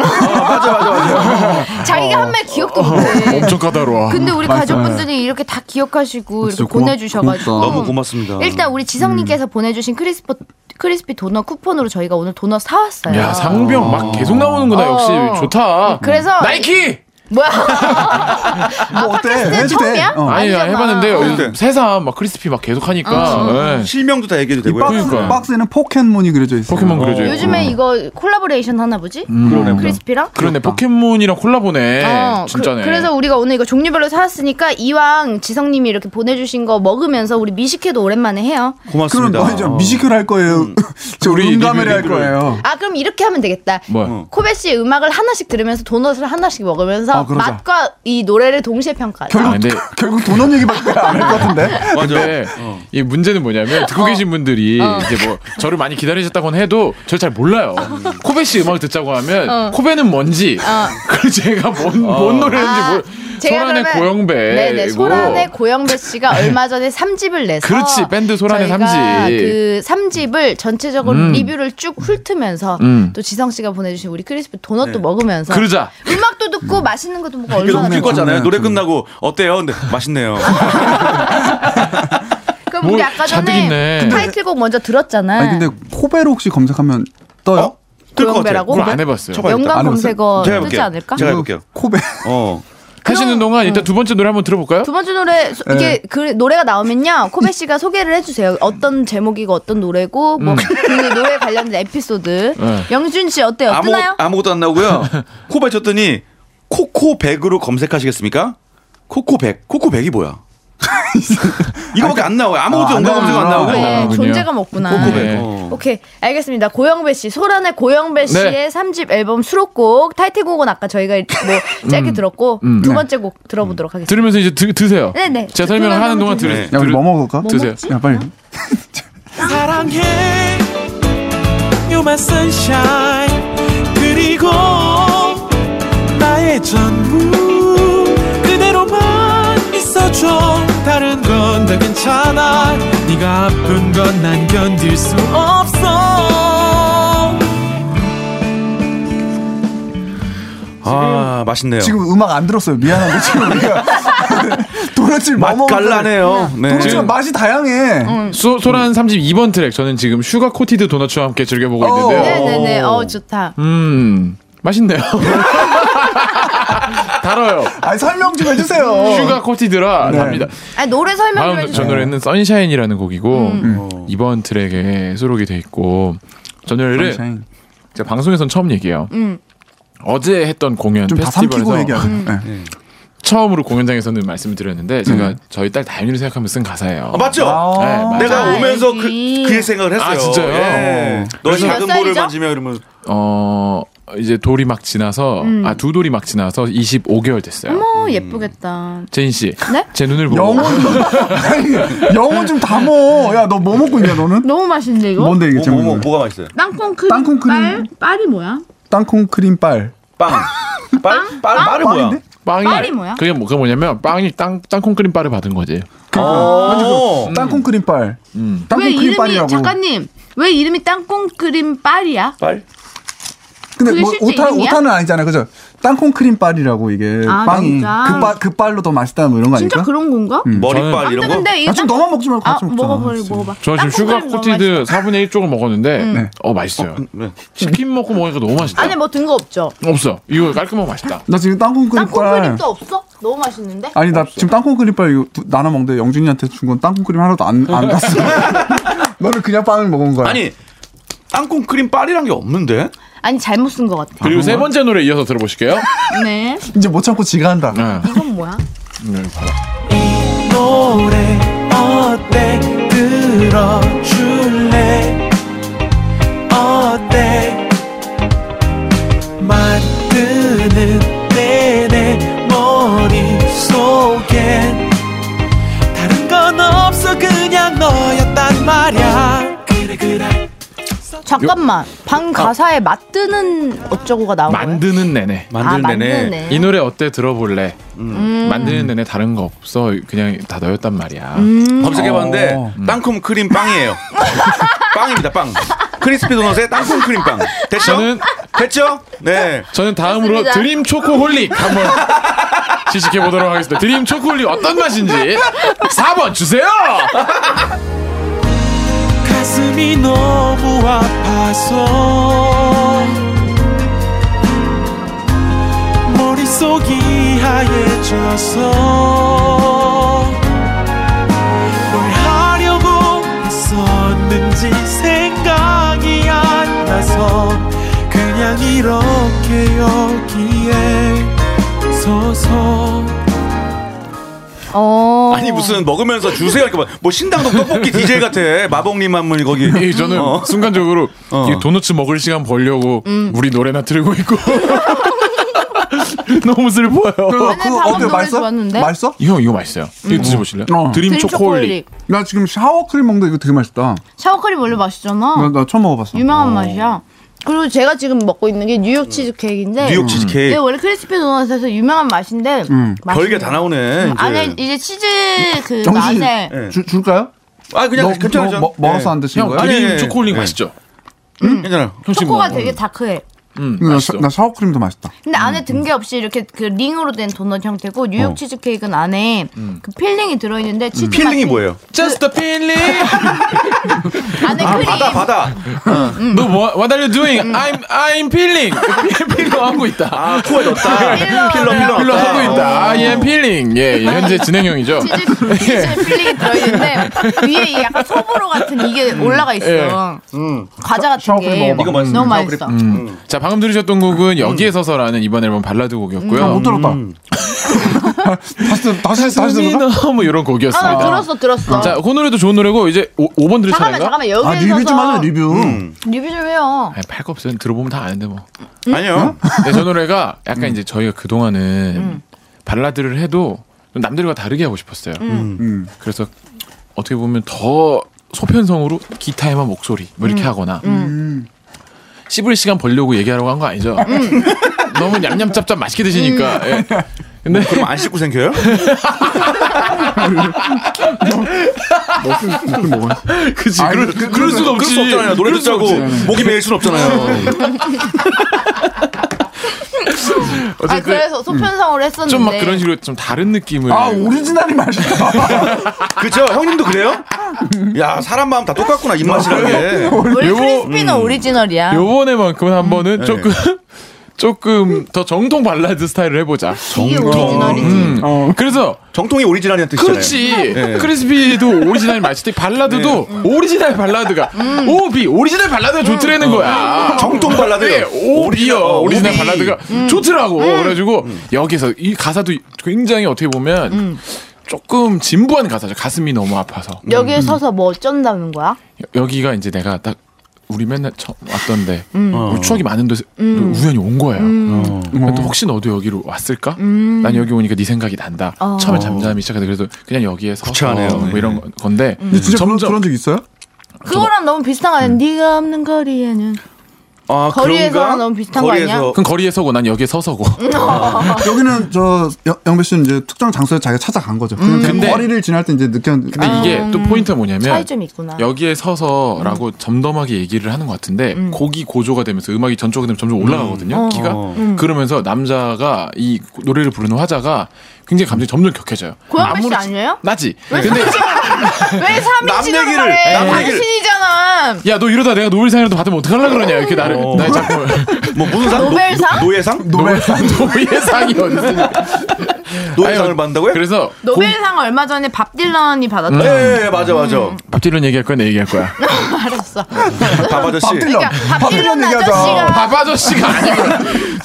[SPEAKER 3] 자기가 한 말 기억도 못해.
[SPEAKER 6] 엄청 까다로워.
[SPEAKER 3] 근데 우리
[SPEAKER 4] 어. 맞아요.
[SPEAKER 3] 가족분들이 이렇게 다 기억하시고 이렇게
[SPEAKER 4] 진짜 고마-
[SPEAKER 3] 보내주셔가지고
[SPEAKER 4] 고맙다. 음.
[SPEAKER 5] 너무 고맙습니다.
[SPEAKER 3] 일단 우리 지성님께서 보내주신 크리스포, 크리스피 도넛 쿠폰으로 저희가 오늘 도넛 사왔어요.
[SPEAKER 6] 야 상병 막 계속 나오는구나 역시
[SPEAKER 3] 어.
[SPEAKER 6] 좋다.
[SPEAKER 3] 그래서
[SPEAKER 6] 나이키.
[SPEAKER 3] 뭐야? 아,
[SPEAKER 4] 뭐 어때?
[SPEAKER 3] 팟캐스트
[SPEAKER 4] 해도 돼.
[SPEAKER 3] 처음이야?
[SPEAKER 4] 어.
[SPEAKER 6] 아니
[SPEAKER 3] 아니잖아. 어.
[SPEAKER 6] 해봤는데
[SPEAKER 5] 네.
[SPEAKER 6] 요 새삼 막 크리스피 막 계속 하니까 예.
[SPEAKER 5] 실명도 다 얘기해도
[SPEAKER 4] 이
[SPEAKER 5] 되고요.
[SPEAKER 4] 박스,
[SPEAKER 6] 그러니까요.
[SPEAKER 4] 박스에는 포켓몬이 그려져 있어요.
[SPEAKER 6] 포켓몬 그려져 있고.
[SPEAKER 4] 음.
[SPEAKER 3] 요즘에 이거 콜라보레이션 하나 보지?
[SPEAKER 5] 그러네.
[SPEAKER 3] 크리스피랑?
[SPEAKER 6] 그러네 포켓몬이랑 콜라보네.
[SPEAKER 3] 뭐- 어,
[SPEAKER 6] 진짜네.
[SPEAKER 3] 그, 래서 우리가 오늘 이거 종류별로 사왔으니까 이왕 지성님이 이렇게 보내주신 거 먹으면서 우리 미식회도 오랜만에 해요.
[SPEAKER 4] 그럼
[SPEAKER 5] 고맙습니다. 어.
[SPEAKER 4] 너 이제 뮤지컬 할 거예요. 저
[SPEAKER 6] 우리
[SPEAKER 4] 우리 음감을
[SPEAKER 6] 리뷰,
[SPEAKER 4] 할
[SPEAKER 6] 리뷰를.
[SPEAKER 4] 거예요.
[SPEAKER 3] 아 그럼 이렇게 하면 되겠다.
[SPEAKER 6] 뭐야?
[SPEAKER 3] 코베 씨의 음악을 하나씩 들으면서 도넛을 하나씩 먹으면서
[SPEAKER 4] 어. 아, 그러자.
[SPEAKER 3] 맛과 이 노래를 동시에 평가하자.
[SPEAKER 6] 아, 근데
[SPEAKER 4] 결국 도넛 얘기밖에 안 할 것 같은데.
[SPEAKER 5] 맞아. 어.
[SPEAKER 6] 근데 이 문제는 뭐냐면
[SPEAKER 3] 어.
[SPEAKER 6] 듣고 계신 분들이 이제 뭐 저를 많이 기다리셨다곤 해도 저를 잘 몰라요. 코베 씨 음악 듣자고 하면
[SPEAKER 3] 어.
[SPEAKER 6] 코베는 뭔지 그리고 제가 뭔,
[SPEAKER 5] 어.
[SPEAKER 6] 뭔 노래인지
[SPEAKER 3] 아,
[SPEAKER 6] 뭘
[SPEAKER 3] 제가
[SPEAKER 6] 소란의
[SPEAKER 3] 그러면-
[SPEAKER 6] 고영배
[SPEAKER 3] 네네
[SPEAKER 6] 이거.
[SPEAKER 3] 소란의 고영배 씨가 얼마 전에 3집을 내서
[SPEAKER 6] 그렇지, 밴드 소란의
[SPEAKER 3] 저희가
[SPEAKER 6] 삼집.
[SPEAKER 3] 그 3집을 전체적으로
[SPEAKER 6] 음.
[SPEAKER 3] 리뷰를 쭉 훑으면서
[SPEAKER 6] 음.
[SPEAKER 3] 또 지성 씨가 보내주신 우리 크리스피 도넛도 먹으면서
[SPEAKER 6] 그러자.
[SPEAKER 3] 음악도 듣고 맛있는 것도 먹고
[SPEAKER 5] 네. 이게
[SPEAKER 3] 얼마나
[SPEAKER 5] 너무 웃길
[SPEAKER 3] 좋아.
[SPEAKER 5] 거잖아요.
[SPEAKER 4] 좋네,
[SPEAKER 5] 노래
[SPEAKER 4] 좋네.
[SPEAKER 5] 끝나고 어때요? 근데 맛있네요.
[SPEAKER 3] 그럼
[SPEAKER 6] 뭐
[SPEAKER 3] 우리 아까
[SPEAKER 6] 잔뜩
[SPEAKER 3] 전에
[SPEAKER 6] 있네.
[SPEAKER 3] 그 타이틀곡 먼저 들었잖아.
[SPEAKER 6] 네.
[SPEAKER 4] 아니 근데 코베로 혹시 검색하면
[SPEAKER 6] 어?
[SPEAKER 4] 떠요?
[SPEAKER 5] 어? 뜰것 같아요.
[SPEAKER 3] 어? 고영배라고?
[SPEAKER 6] 그걸 안 해봤어요.
[SPEAKER 5] 쳐봐요, 일단.
[SPEAKER 3] 영감
[SPEAKER 4] 안 해봤어요?
[SPEAKER 3] 검색어
[SPEAKER 5] 아, 제가
[SPEAKER 3] 뜨지
[SPEAKER 5] 해볼게요.
[SPEAKER 3] 않을까?
[SPEAKER 5] 제가 해볼게요.
[SPEAKER 4] 코베.
[SPEAKER 5] 어.
[SPEAKER 6] 하시는 동안 일단 두 번째 노래 한번 들어볼까요?
[SPEAKER 3] 어. 두 번째 노래 소- 이게
[SPEAKER 6] 네.
[SPEAKER 3] 그 노래가 나오면요 코베 씨가 소개를 해주세요 어떤 제목이고 어떤 노래고 뭐 그 노래 관련된 에피소드
[SPEAKER 6] 음. 네.
[SPEAKER 3] 영준 씨 어때요
[SPEAKER 5] 아무,
[SPEAKER 3] 뜨나요?
[SPEAKER 5] 아무것도 안 나오고요. 코 뱉었더니 코코백으로 검색하시겠습니까? 코코백. 코코백이 뭐야? 이거밖에 안 나와요. 아무것도
[SPEAKER 4] 아, 안
[SPEAKER 6] 음.
[SPEAKER 5] 영광 검색 뭐 안
[SPEAKER 4] 나오구나.
[SPEAKER 5] 나오고.
[SPEAKER 3] 네,
[SPEAKER 6] 나오는군요.
[SPEAKER 3] 존재감 없구나.
[SPEAKER 5] 코코백.
[SPEAKER 6] 네.
[SPEAKER 5] 어.
[SPEAKER 3] 오케이 알겠습니다. 고영배 씨 소란의
[SPEAKER 5] 네.
[SPEAKER 3] 고영배 씨의 삼 3집 앨범 수록곡 타이틀곡은 아까 저희가
[SPEAKER 6] 음.
[SPEAKER 3] 뭐 짧게 들었고
[SPEAKER 6] 네.
[SPEAKER 3] 두 번째 곡 들어보도록 하겠습니다.
[SPEAKER 6] 들으면서 이제 드, 드세요.
[SPEAKER 3] 네네.
[SPEAKER 6] 제가 설명을 하는 동안
[SPEAKER 5] 네.
[SPEAKER 6] 들으세요.
[SPEAKER 4] 야 우리 뭐 먹을까?
[SPEAKER 6] 뭐 드세요.
[SPEAKER 4] 야 빨리.
[SPEAKER 7] 사랑해 You my sunshine 그리고 나의 전부 그대로만 있어줘 다른 건 다 괜찮아 네가 아픈 건 난 견딜 수 없어
[SPEAKER 5] 아, 맛있네요.
[SPEAKER 4] 지금 음악 안 들었어요. 미안한데 지금 우리가 도넛을 뭐
[SPEAKER 5] 맛
[SPEAKER 4] 먹을까?
[SPEAKER 5] 갈라네요. 네.
[SPEAKER 4] 아, 도넛이 맛이 다양해.
[SPEAKER 6] 소, 소란 32번 트랙 저는 지금 슈가 코티드 도너츠와 함께 즐겨보고
[SPEAKER 4] 어.
[SPEAKER 6] 있는데요.
[SPEAKER 3] 네네네. 어 좋다.
[SPEAKER 6] 음 맛있네요. 달아요.
[SPEAKER 4] 아니 설명 좀 해주세요.
[SPEAKER 6] 슈가 코티드라
[SPEAKER 4] 어. 네.
[SPEAKER 6] 답니다.
[SPEAKER 3] 아니, 노래 설명 좀
[SPEAKER 6] 다음 저
[SPEAKER 3] 해주세요.
[SPEAKER 6] 노래는 선샤인이라는 곡이고
[SPEAKER 3] 음.
[SPEAKER 4] 음.
[SPEAKER 6] 음. 이번 트랙에 수록이 돼 있고 저 노래를
[SPEAKER 4] 샤인.
[SPEAKER 6] 제가 방송에선 처음 얘기해요.
[SPEAKER 3] 음.
[SPEAKER 6] 어제 했던 공연
[SPEAKER 4] 좀다 삼키고
[SPEAKER 6] 페스티벌에서 음.
[SPEAKER 4] 얘기하자. 네.
[SPEAKER 6] 처음으로 공연장에서는 말씀을 드렸는데
[SPEAKER 4] 음.
[SPEAKER 6] 제가 저희 딸 다윤이를 생각하면서 쓴 가사예요.
[SPEAKER 5] 아, 맞죠?
[SPEAKER 6] 네, 맞아요.
[SPEAKER 5] 내가
[SPEAKER 3] 아,
[SPEAKER 5] 오면서
[SPEAKER 3] 애기.
[SPEAKER 5] 그, 그 생각을 했어요.
[SPEAKER 6] 아, 진짜요?
[SPEAKER 5] 예. 너
[SPEAKER 3] 그래서-
[SPEAKER 5] 작은
[SPEAKER 3] 몇
[SPEAKER 5] 볼을
[SPEAKER 3] 살이죠?
[SPEAKER 5] 만지면 이러면
[SPEAKER 6] 어 이제 돌이 막 지나서 아 두 돌이 막 지나서 25개월 됐어요.
[SPEAKER 3] 음. 어머 예쁘겠다.
[SPEAKER 6] 제인 씨,
[SPEAKER 3] 네?
[SPEAKER 6] 제 눈을 보고
[SPEAKER 4] 영혼 아니, 영혼 좀 담어. 야 너 뭐 먹고 있냐 너는?
[SPEAKER 3] 너무 맛있는데 이거?
[SPEAKER 4] 뭔데 이게
[SPEAKER 5] 뭐, 뭐, 뭐,
[SPEAKER 4] 제목?
[SPEAKER 5] 뭐가 맛있어요?
[SPEAKER 3] 땅콩 크림,
[SPEAKER 4] 땅콩 크림.
[SPEAKER 3] 빨? 빨이 뭐야?
[SPEAKER 4] 땅콩 크림 빨.
[SPEAKER 5] 빵. 빨? 빨? 빨은 뭐야?
[SPEAKER 4] 빵인데?
[SPEAKER 6] 빵이
[SPEAKER 3] 빵이 뭐야?
[SPEAKER 6] 그게 뭐- 그게 뭐냐면 빵이 땅 땅콩 크림바를 받은 거지.
[SPEAKER 5] 어.
[SPEAKER 4] 그러니까 땅콩 크림 빨.
[SPEAKER 5] 음.
[SPEAKER 3] 왜
[SPEAKER 4] 땅콩 크림
[SPEAKER 3] 이름이
[SPEAKER 4] 빨이라고.
[SPEAKER 3] 작가님 왜 이름이 땅콩 크림 빨이야?
[SPEAKER 5] 빨?
[SPEAKER 4] 근데
[SPEAKER 3] 그게
[SPEAKER 4] 뭐
[SPEAKER 3] 실제
[SPEAKER 4] 오타
[SPEAKER 3] 이름이야?
[SPEAKER 4] 오타는 아니잖아요, 그죠? 땅콩 크림 빨이라고 이게
[SPEAKER 3] 아,
[SPEAKER 4] 빵이
[SPEAKER 3] 진짜?
[SPEAKER 4] 그빨그 빨로 더 맛있다 뭐 이런 거
[SPEAKER 3] 진짜
[SPEAKER 4] 아닐까?
[SPEAKER 3] 그런 건가?
[SPEAKER 5] 머리빨 이런 거?
[SPEAKER 3] 근데 이거
[SPEAKER 4] 음. 아, 좀 너만 먹지 말고
[SPEAKER 3] 아
[SPEAKER 4] 같이 먹자.
[SPEAKER 3] 먹어버려 먹어봐.
[SPEAKER 6] 저 지금
[SPEAKER 3] 땅콩
[SPEAKER 6] 슈가
[SPEAKER 3] 크림 너무 맛있어.
[SPEAKER 6] 코티드 4분의 1쪽을 먹었는데 어 맛있어요.
[SPEAKER 5] 네.
[SPEAKER 6] 치킨 먹고 먹으니까 너무 맛있다.
[SPEAKER 3] 안에 뭐 든 거 없죠?
[SPEAKER 6] 없어. 이거 깔끔하고 맛있다.
[SPEAKER 4] 나 지금 땅콩 크림
[SPEAKER 3] 땅콩
[SPEAKER 4] 빨.
[SPEAKER 3] 크림도 없어? 너무 맛있는데?
[SPEAKER 4] 그러니까. 아니 나 지금 땅콩 크림 빨 이거 두- 나눠 먹는데 영준이한테 준 건 땅콩 크림 하나도 안 안 갔어. 너는 그냥 빵을 먹은 거야.
[SPEAKER 5] 아니 땅콩 크림 빨이란 게 없는데?
[SPEAKER 3] 아니 잘못 쓴 거 같아.
[SPEAKER 6] 그리고 세 번째 노래 이어서 들어보실게요.
[SPEAKER 3] 네.
[SPEAKER 4] 이제 못 참고 지가
[SPEAKER 5] 음.
[SPEAKER 4] 한다. 어,
[SPEAKER 6] 네.
[SPEAKER 3] 이건 뭐야?
[SPEAKER 7] 노래 어때 들어줄래 어때 만드는 내내 머릿속에 다른 건 없어 그냥 너였단 말야 그래 그래
[SPEAKER 3] 잠깐만 방 가사에 맞드는 어쩌고가 나온 거예요?
[SPEAKER 6] 만드는 내내
[SPEAKER 3] 아,
[SPEAKER 5] 만드는 내내
[SPEAKER 3] 만드네.
[SPEAKER 6] 이 노래 어때 들어볼래
[SPEAKER 3] 음.
[SPEAKER 6] 만드는 내내 다른 거 없어 그냥 다 너였단 말이야
[SPEAKER 3] 음.
[SPEAKER 5] 검색해봤는데 땅콩 크림 빵이에요. 빵입니다 빵. 크리스피 도넛의 땅콩 크림 빵. 됐죠?
[SPEAKER 6] 저는-
[SPEAKER 5] 됐죠? 네.
[SPEAKER 6] 저는 다음으로
[SPEAKER 3] 좋습니다.
[SPEAKER 6] 드림 초코홀릭 한번 시식해 보도록 하겠습니다 드림 초코홀릭 어떤 맛인지 4번 주세요
[SPEAKER 7] 가슴이 너무 아파서 머릿속이 하얘져서 뭘 하려고 했었는지 생각이 안 나서 그냥 이렇게 여기에 서서
[SPEAKER 3] 어.
[SPEAKER 5] 아니 무슨 먹으면서 주세요 이렇게 막- 뭐 신당동 떡볶이 DJ 같아 마봉님 한 분이 거기.
[SPEAKER 6] 이 네, 저는
[SPEAKER 5] 어.
[SPEAKER 6] 순간적으로
[SPEAKER 5] 어.
[SPEAKER 6] 이 도넛 먹을 시간 벌려고 우리 노래나 틀고 있고 너무 슬퍼요
[SPEAKER 3] 나는 방금 노래 좋았는데?
[SPEAKER 4] 맛있어?
[SPEAKER 6] 이거 이거 맛있어요 이거 드셔보실래요?
[SPEAKER 4] 어.
[SPEAKER 6] 드림,
[SPEAKER 3] 드림 초콜릿.
[SPEAKER 6] 초코홀릭
[SPEAKER 4] 나 지금 샤워 크림 먹는데 이거 되게 맛있다.
[SPEAKER 3] 샤워크림 원래 맛있잖아.
[SPEAKER 4] 나, 나 처음 먹어봤어.
[SPEAKER 3] 유명한 맛이야. 그리고 제가 지금 먹고 있는 게 뉴욕 치즈 케이크인데
[SPEAKER 5] 뉴욕 치즈
[SPEAKER 3] 이게
[SPEAKER 4] 예.
[SPEAKER 5] 케이크.
[SPEAKER 3] 네, 원래 크리스피 도넛에서 유명한 예, 맛인데
[SPEAKER 4] 음.
[SPEAKER 5] 별게 다 나오네. 이제.
[SPEAKER 3] 안에 이제 치즈 그
[SPEAKER 4] 정신
[SPEAKER 3] 맛에
[SPEAKER 5] 네.
[SPEAKER 4] 주, 줄까요?
[SPEAKER 5] 아 그냥
[SPEAKER 4] 너- 뭐,
[SPEAKER 5] 괜찮아요. 예.
[SPEAKER 4] 너 먹- 먹어서 안 드신
[SPEAKER 6] 형
[SPEAKER 4] 거야?
[SPEAKER 5] 아니,
[SPEAKER 6] 드림
[SPEAKER 5] 아니,
[SPEAKER 6] 초코홀릭
[SPEAKER 5] 아니.
[SPEAKER 6] 맛있죠?
[SPEAKER 5] 음, 괜찮아.
[SPEAKER 6] 형 지금
[SPEAKER 3] 초코가
[SPEAKER 6] 뭐-
[SPEAKER 3] 되게 다크해.
[SPEAKER 6] 음,
[SPEAKER 4] 나,
[SPEAKER 6] 맛있어
[SPEAKER 4] 샤, 나 샤워 크림도 맛있다.
[SPEAKER 3] 근데
[SPEAKER 4] 음,
[SPEAKER 3] 안에 든 게 없이 이렇게 그 링으로 된 도넛 형태고 뉴욕
[SPEAKER 4] 어.
[SPEAKER 3] 치즈 케이크는 안에
[SPEAKER 5] 음.
[SPEAKER 3] 그 필링이 들어있는데
[SPEAKER 4] 음.
[SPEAKER 3] 치즈 맛이-
[SPEAKER 5] 필링이 뭐예요?
[SPEAKER 6] Just a feeling
[SPEAKER 4] 뭐-
[SPEAKER 3] 안에
[SPEAKER 4] 아,
[SPEAKER 3] 크림.
[SPEAKER 5] 바다 바다.
[SPEAKER 6] 너 뭐, what are you doing? I'm, I'm feeling. 필러 하고 있다.
[SPEAKER 5] 아 코에 넣었다.
[SPEAKER 3] 필러. 필러
[SPEAKER 6] 필러
[SPEAKER 5] 넣었다.
[SPEAKER 6] 하고 있다. I am feeling. 예, 예, 현재 진행형이죠.
[SPEAKER 3] 치즈,
[SPEAKER 4] 예.
[SPEAKER 3] 치즈 필링이 들어있는데 위에 이 약간 소보로 같은 이게 올라가 있어.
[SPEAKER 6] 예.
[SPEAKER 3] 과자 같은
[SPEAKER 4] 음. 샤워크림 음.
[SPEAKER 3] 게
[SPEAKER 4] 먹어봐.
[SPEAKER 5] 음. 이거 맛있어.
[SPEAKER 3] 너무
[SPEAKER 5] 샤워크림.
[SPEAKER 3] 맛있어.
[SPEAKER 6] 자, 방금 들으셨던 곡은 여기에 서서라는 이번 앨범 발라드
[SPEAKER 4] 야, 음, 못
[SPEAKER 6] 곡이었고요.
[SPEAKER 4] 들었다. 다시 들- 다시 다시
[SPEAKER 6] 숨이
[SPEAKER 4] 들어.
[SPEAKER 6] 너무 이런
[SPEAKER 3] 아, 나
[SPEAKER 6] 곡이었습니다.
[SPEAKER 3] 들었어, 들었어.
[SPEAKER 6] 자, 그 노래도 좋은 노래고 이제 오, 5번 들으
[SPEAKER 3] 잠깐만,
[SPEAKER 6] 차례인가?
[SPEAKER 3] 잠깐만 여기에서
[SPEAKER 4] 아 리뷰 좀 하자 리뷰.
[SPEAKER 3] 리뷰 좀 해요.
[SPEAKER 6] 아니, 팔거 없어요. 들어보면 다 아는데 뭐.
[SPEAKER 5] 아니요.
[SPEAKER 6] 근데 저 노래가
[SPEAKER 4] 음.
[SPEAKER 6] 약간 이제 저희가 그동안은
[SPEAKER 3] 음.
[SPEAKER 6] 발라드를 해도 좀 남들과 다르게 하고 싶었어요.
[SPEAKER 4] 음.
[SPEAKER 6] 그래서 어떻게 보면 더 소편성으로 기타에만 목소리 뭐
[SPEAKER 3] 음.
[SPEAKER 6] 이렇게 하거나 씹을 시간 벌려고 얘기하려고 한 거 아니죠?
[SPEAKER 3] 음.
[SPEAKER 6] 너무 냠냠짭짭 맛있게 드시니까. 예. 근데
[SPEAKER 3] 뭐
[SPEAKER 5] 그럼 안 씻고 생겨요?
[SPEAKER 4] 무슨 먹어?
[SPEAKER 6] 그치
[SPEAKER 4] 아니,
[SPEAKER 6] 그럴,
[SPEAKER 4] 그-
[SPEAKER 6] 그럴 순
[SPEAKER 5] 그럴
[SPEAKER 6] 없지.
[SPEAKER 5] 수 없잖아요. 노래
[SPEAKER 6] 그럴 순
[SPEAKER 5] 듣자고
[SPEAKER 6] 없지.
[SPEAKER 5] 목이 메일 순 없잖아요.
[SPEAKER 3] 아 그래서
[SPEAKER 4] 음.
[SPEAKER 3] 소편성으로 했었는데
[SPEAKER 6] 좀 막 그런 식으로 좀 다른 느낌을
[SPEAKER 4] 아 오리지널이 맛있다.
[SPEAKER 5] 그죠? 형님도 그래요? 야 사람 마음 다 똑같구나 입맛이라는 게.
[SPEAKER 3] 원래
[SPEAKER 6] 요-
[SPEAKER 5] 음.
[SPEAKER 3] 크리스피는 오리지널이야.
[SPEAKER 6] 요번에만큼은 한 번은
[SPEAKER 5] 네.
[SPEAKER 6] 조금 조금 더 정통 발라드 스타일을 해보자.
[SPEAKER 3] 이게 오리지널이지.
[SPEAKER 6] 음. 그래서
[SPEAKER 5] 어. 정통이 오리지널이란 뜻이잖아요.
[SPEAKER 6] 그렇지.
[SPEAKER 5] 네.
[SPEAKER 6] 크리스피도 오리지널 맛있대. 발라드도 음. 오리지널 발라드가 음. 오비 오리지널 발라드가 좋더라는 거야.
[SPEAKER 5] 정통
[SPEAKER 6] 네,
[SPEAKER 5] 발라드예요.
[SPEAKER 6] 오비요.
[SPEAKER 5] 오비. 음.
[SPEAKER 6] 오리지널 발라드가 좋더라고. 그래가지고 여기서 이 가사도 굉장히 어떻게 보면 조금 진부한 가사죠. 가슴이 너무 아파서
[SPEAKER 5] 음,
[SPEAKER 3] 여기에 서서 뭐 어쩐다는 거야?
[SPEAKER 6] 여- 여기가 이제 내가 딱 우리 맨날 처음 왔던데
[SPEAKER 3] 어.
[SPEAKER 6] 우리 추억이 많은데
[SPEAKER 3] 음.
[SPEAKER 6] 그 우연히 온 거예요. 또 혹시 너도 여기로 왔을까?
[SPEAKER 3] 음.
[SPEAKER 6] 난 여기 오니까 네 생각이 난다.
[SPEAKER 3] 어.
[SPEAKER 6] 처음에 잠잠히 시작해서 그래서 그냥 여기에서
[SPEAKER 5] 구차하네요.
[SPEAKER 6] 뭐 이런 거- 건데
[SPEAKER 3] 음.
[SPEAKER 4] 근데 진짜 그런, 그런 적 있어요?
[SPEAKER 3] 그거랑 너무 비슷한 거 아니야?
[SPEAKER 5] 음.
[SPEAKER 3] 네가 없는 거리에는
[SPEAKER 5] 아,
[SPEAKER 3] 거리에서랑
[SPEAKER 5] 그런가?
[SPEAKER 3] 너무 비슷한 거 아니야?
[SPEAKER 5] 거리에서-
[SPEAKER 6] 그럼 거리에 서고 난 여기에 서서고.
[SPEAKER 4] 여기는 저 영- 영배 씨는 이제 특정 장소에 자기가 찾아간 거죠. 그냥 그
[SPEAKER 6] 근데-
[SPEAKER 4] 거리를 지날 때 이제 느꼈는데. 아.
[SPEAKER 6] 근데 이게 또 포인트가
[SPEAKER 5] 네.
[SPEAKER 6] 뭐냐면
[SPEAKER 3] 음. 차이점이 있구나.
[SPEAKER 6] 여기에 서서라고
[SPEAKER 3] 음.
[SPEAKER 6] 점덤하게 얘기를 하는 것 같은데 곡이 고조가 되면서 음악이 전조가 되면 점점
[SPEAKER 3] 음.
[SPEAKER 6] 올라가거든요. 키가
[SPEAKER 3] 어,
[SPEAKER 5] 음.
[SPEAKER 6] 그러면서 남자가 이 노래를 부르는 화자가 굉장히 감정이 점점 격해져요.
[SPEAKER 3] 고양배 씨
[SPEAKER 6] 아무렇지-
[SPEAKER 3] 아니에요?
[SPEAKER 6] 나지.
[SPEAKER 3] 왜
[SPEAKER 6] 근데
[SPEAKER 3] 왜
[SPEAKER 5] 남
[SPEAKER 3] 3인칭으로
[SPEAKER 5] 얘기를,
[SPEAKER 3] 말해? 네.
[SPEAKER 5] 남 얘기를.
[SPEAKER 3] 당신이잖아.
[SPEAKER 6] 야 너 이러다 내가 노벨상이라도 받으면 어떡하려 그러냐 이렇게 나를
[SPEAKER 5] 어.
[SPEAKER 6] 나의 작품을
[SPEAKER 5] 뭐 무슨 상?
[SPEAKER 3] 노벨상?
[SPEAKER 5] 노, 노예상?
[SPEAKER 6] 노벨상 노벨상이 어딨어?
[SPEAKER 5] 노예상을 받는다고요?
[SPEAKER 6] 그래서
[SPEAKER 3] 노벨상 얼마 전에 밥 딜런이 받았대.
[SPEAKER 5] 예, 예, 예, 맞아, 맞아.
[SPEAKER 6] 밥질런 얘기할 거야 내 얘기할 거야.
[SPEAKER 3] 알았어.
[SPEAKER 5] 밥 아저씨.
[SPEAKER 4] 밥들러.
[SPEAKER 3] 그러니까 밥
[SPEAKER 4] 밥들러
[SPEAKER 3] 딜런
[SPEAKER 4] 얘기하자.
[SPEAKER 3] 아저씨가
[SPEAKER 6] 어, 밥 아저씨가 아니고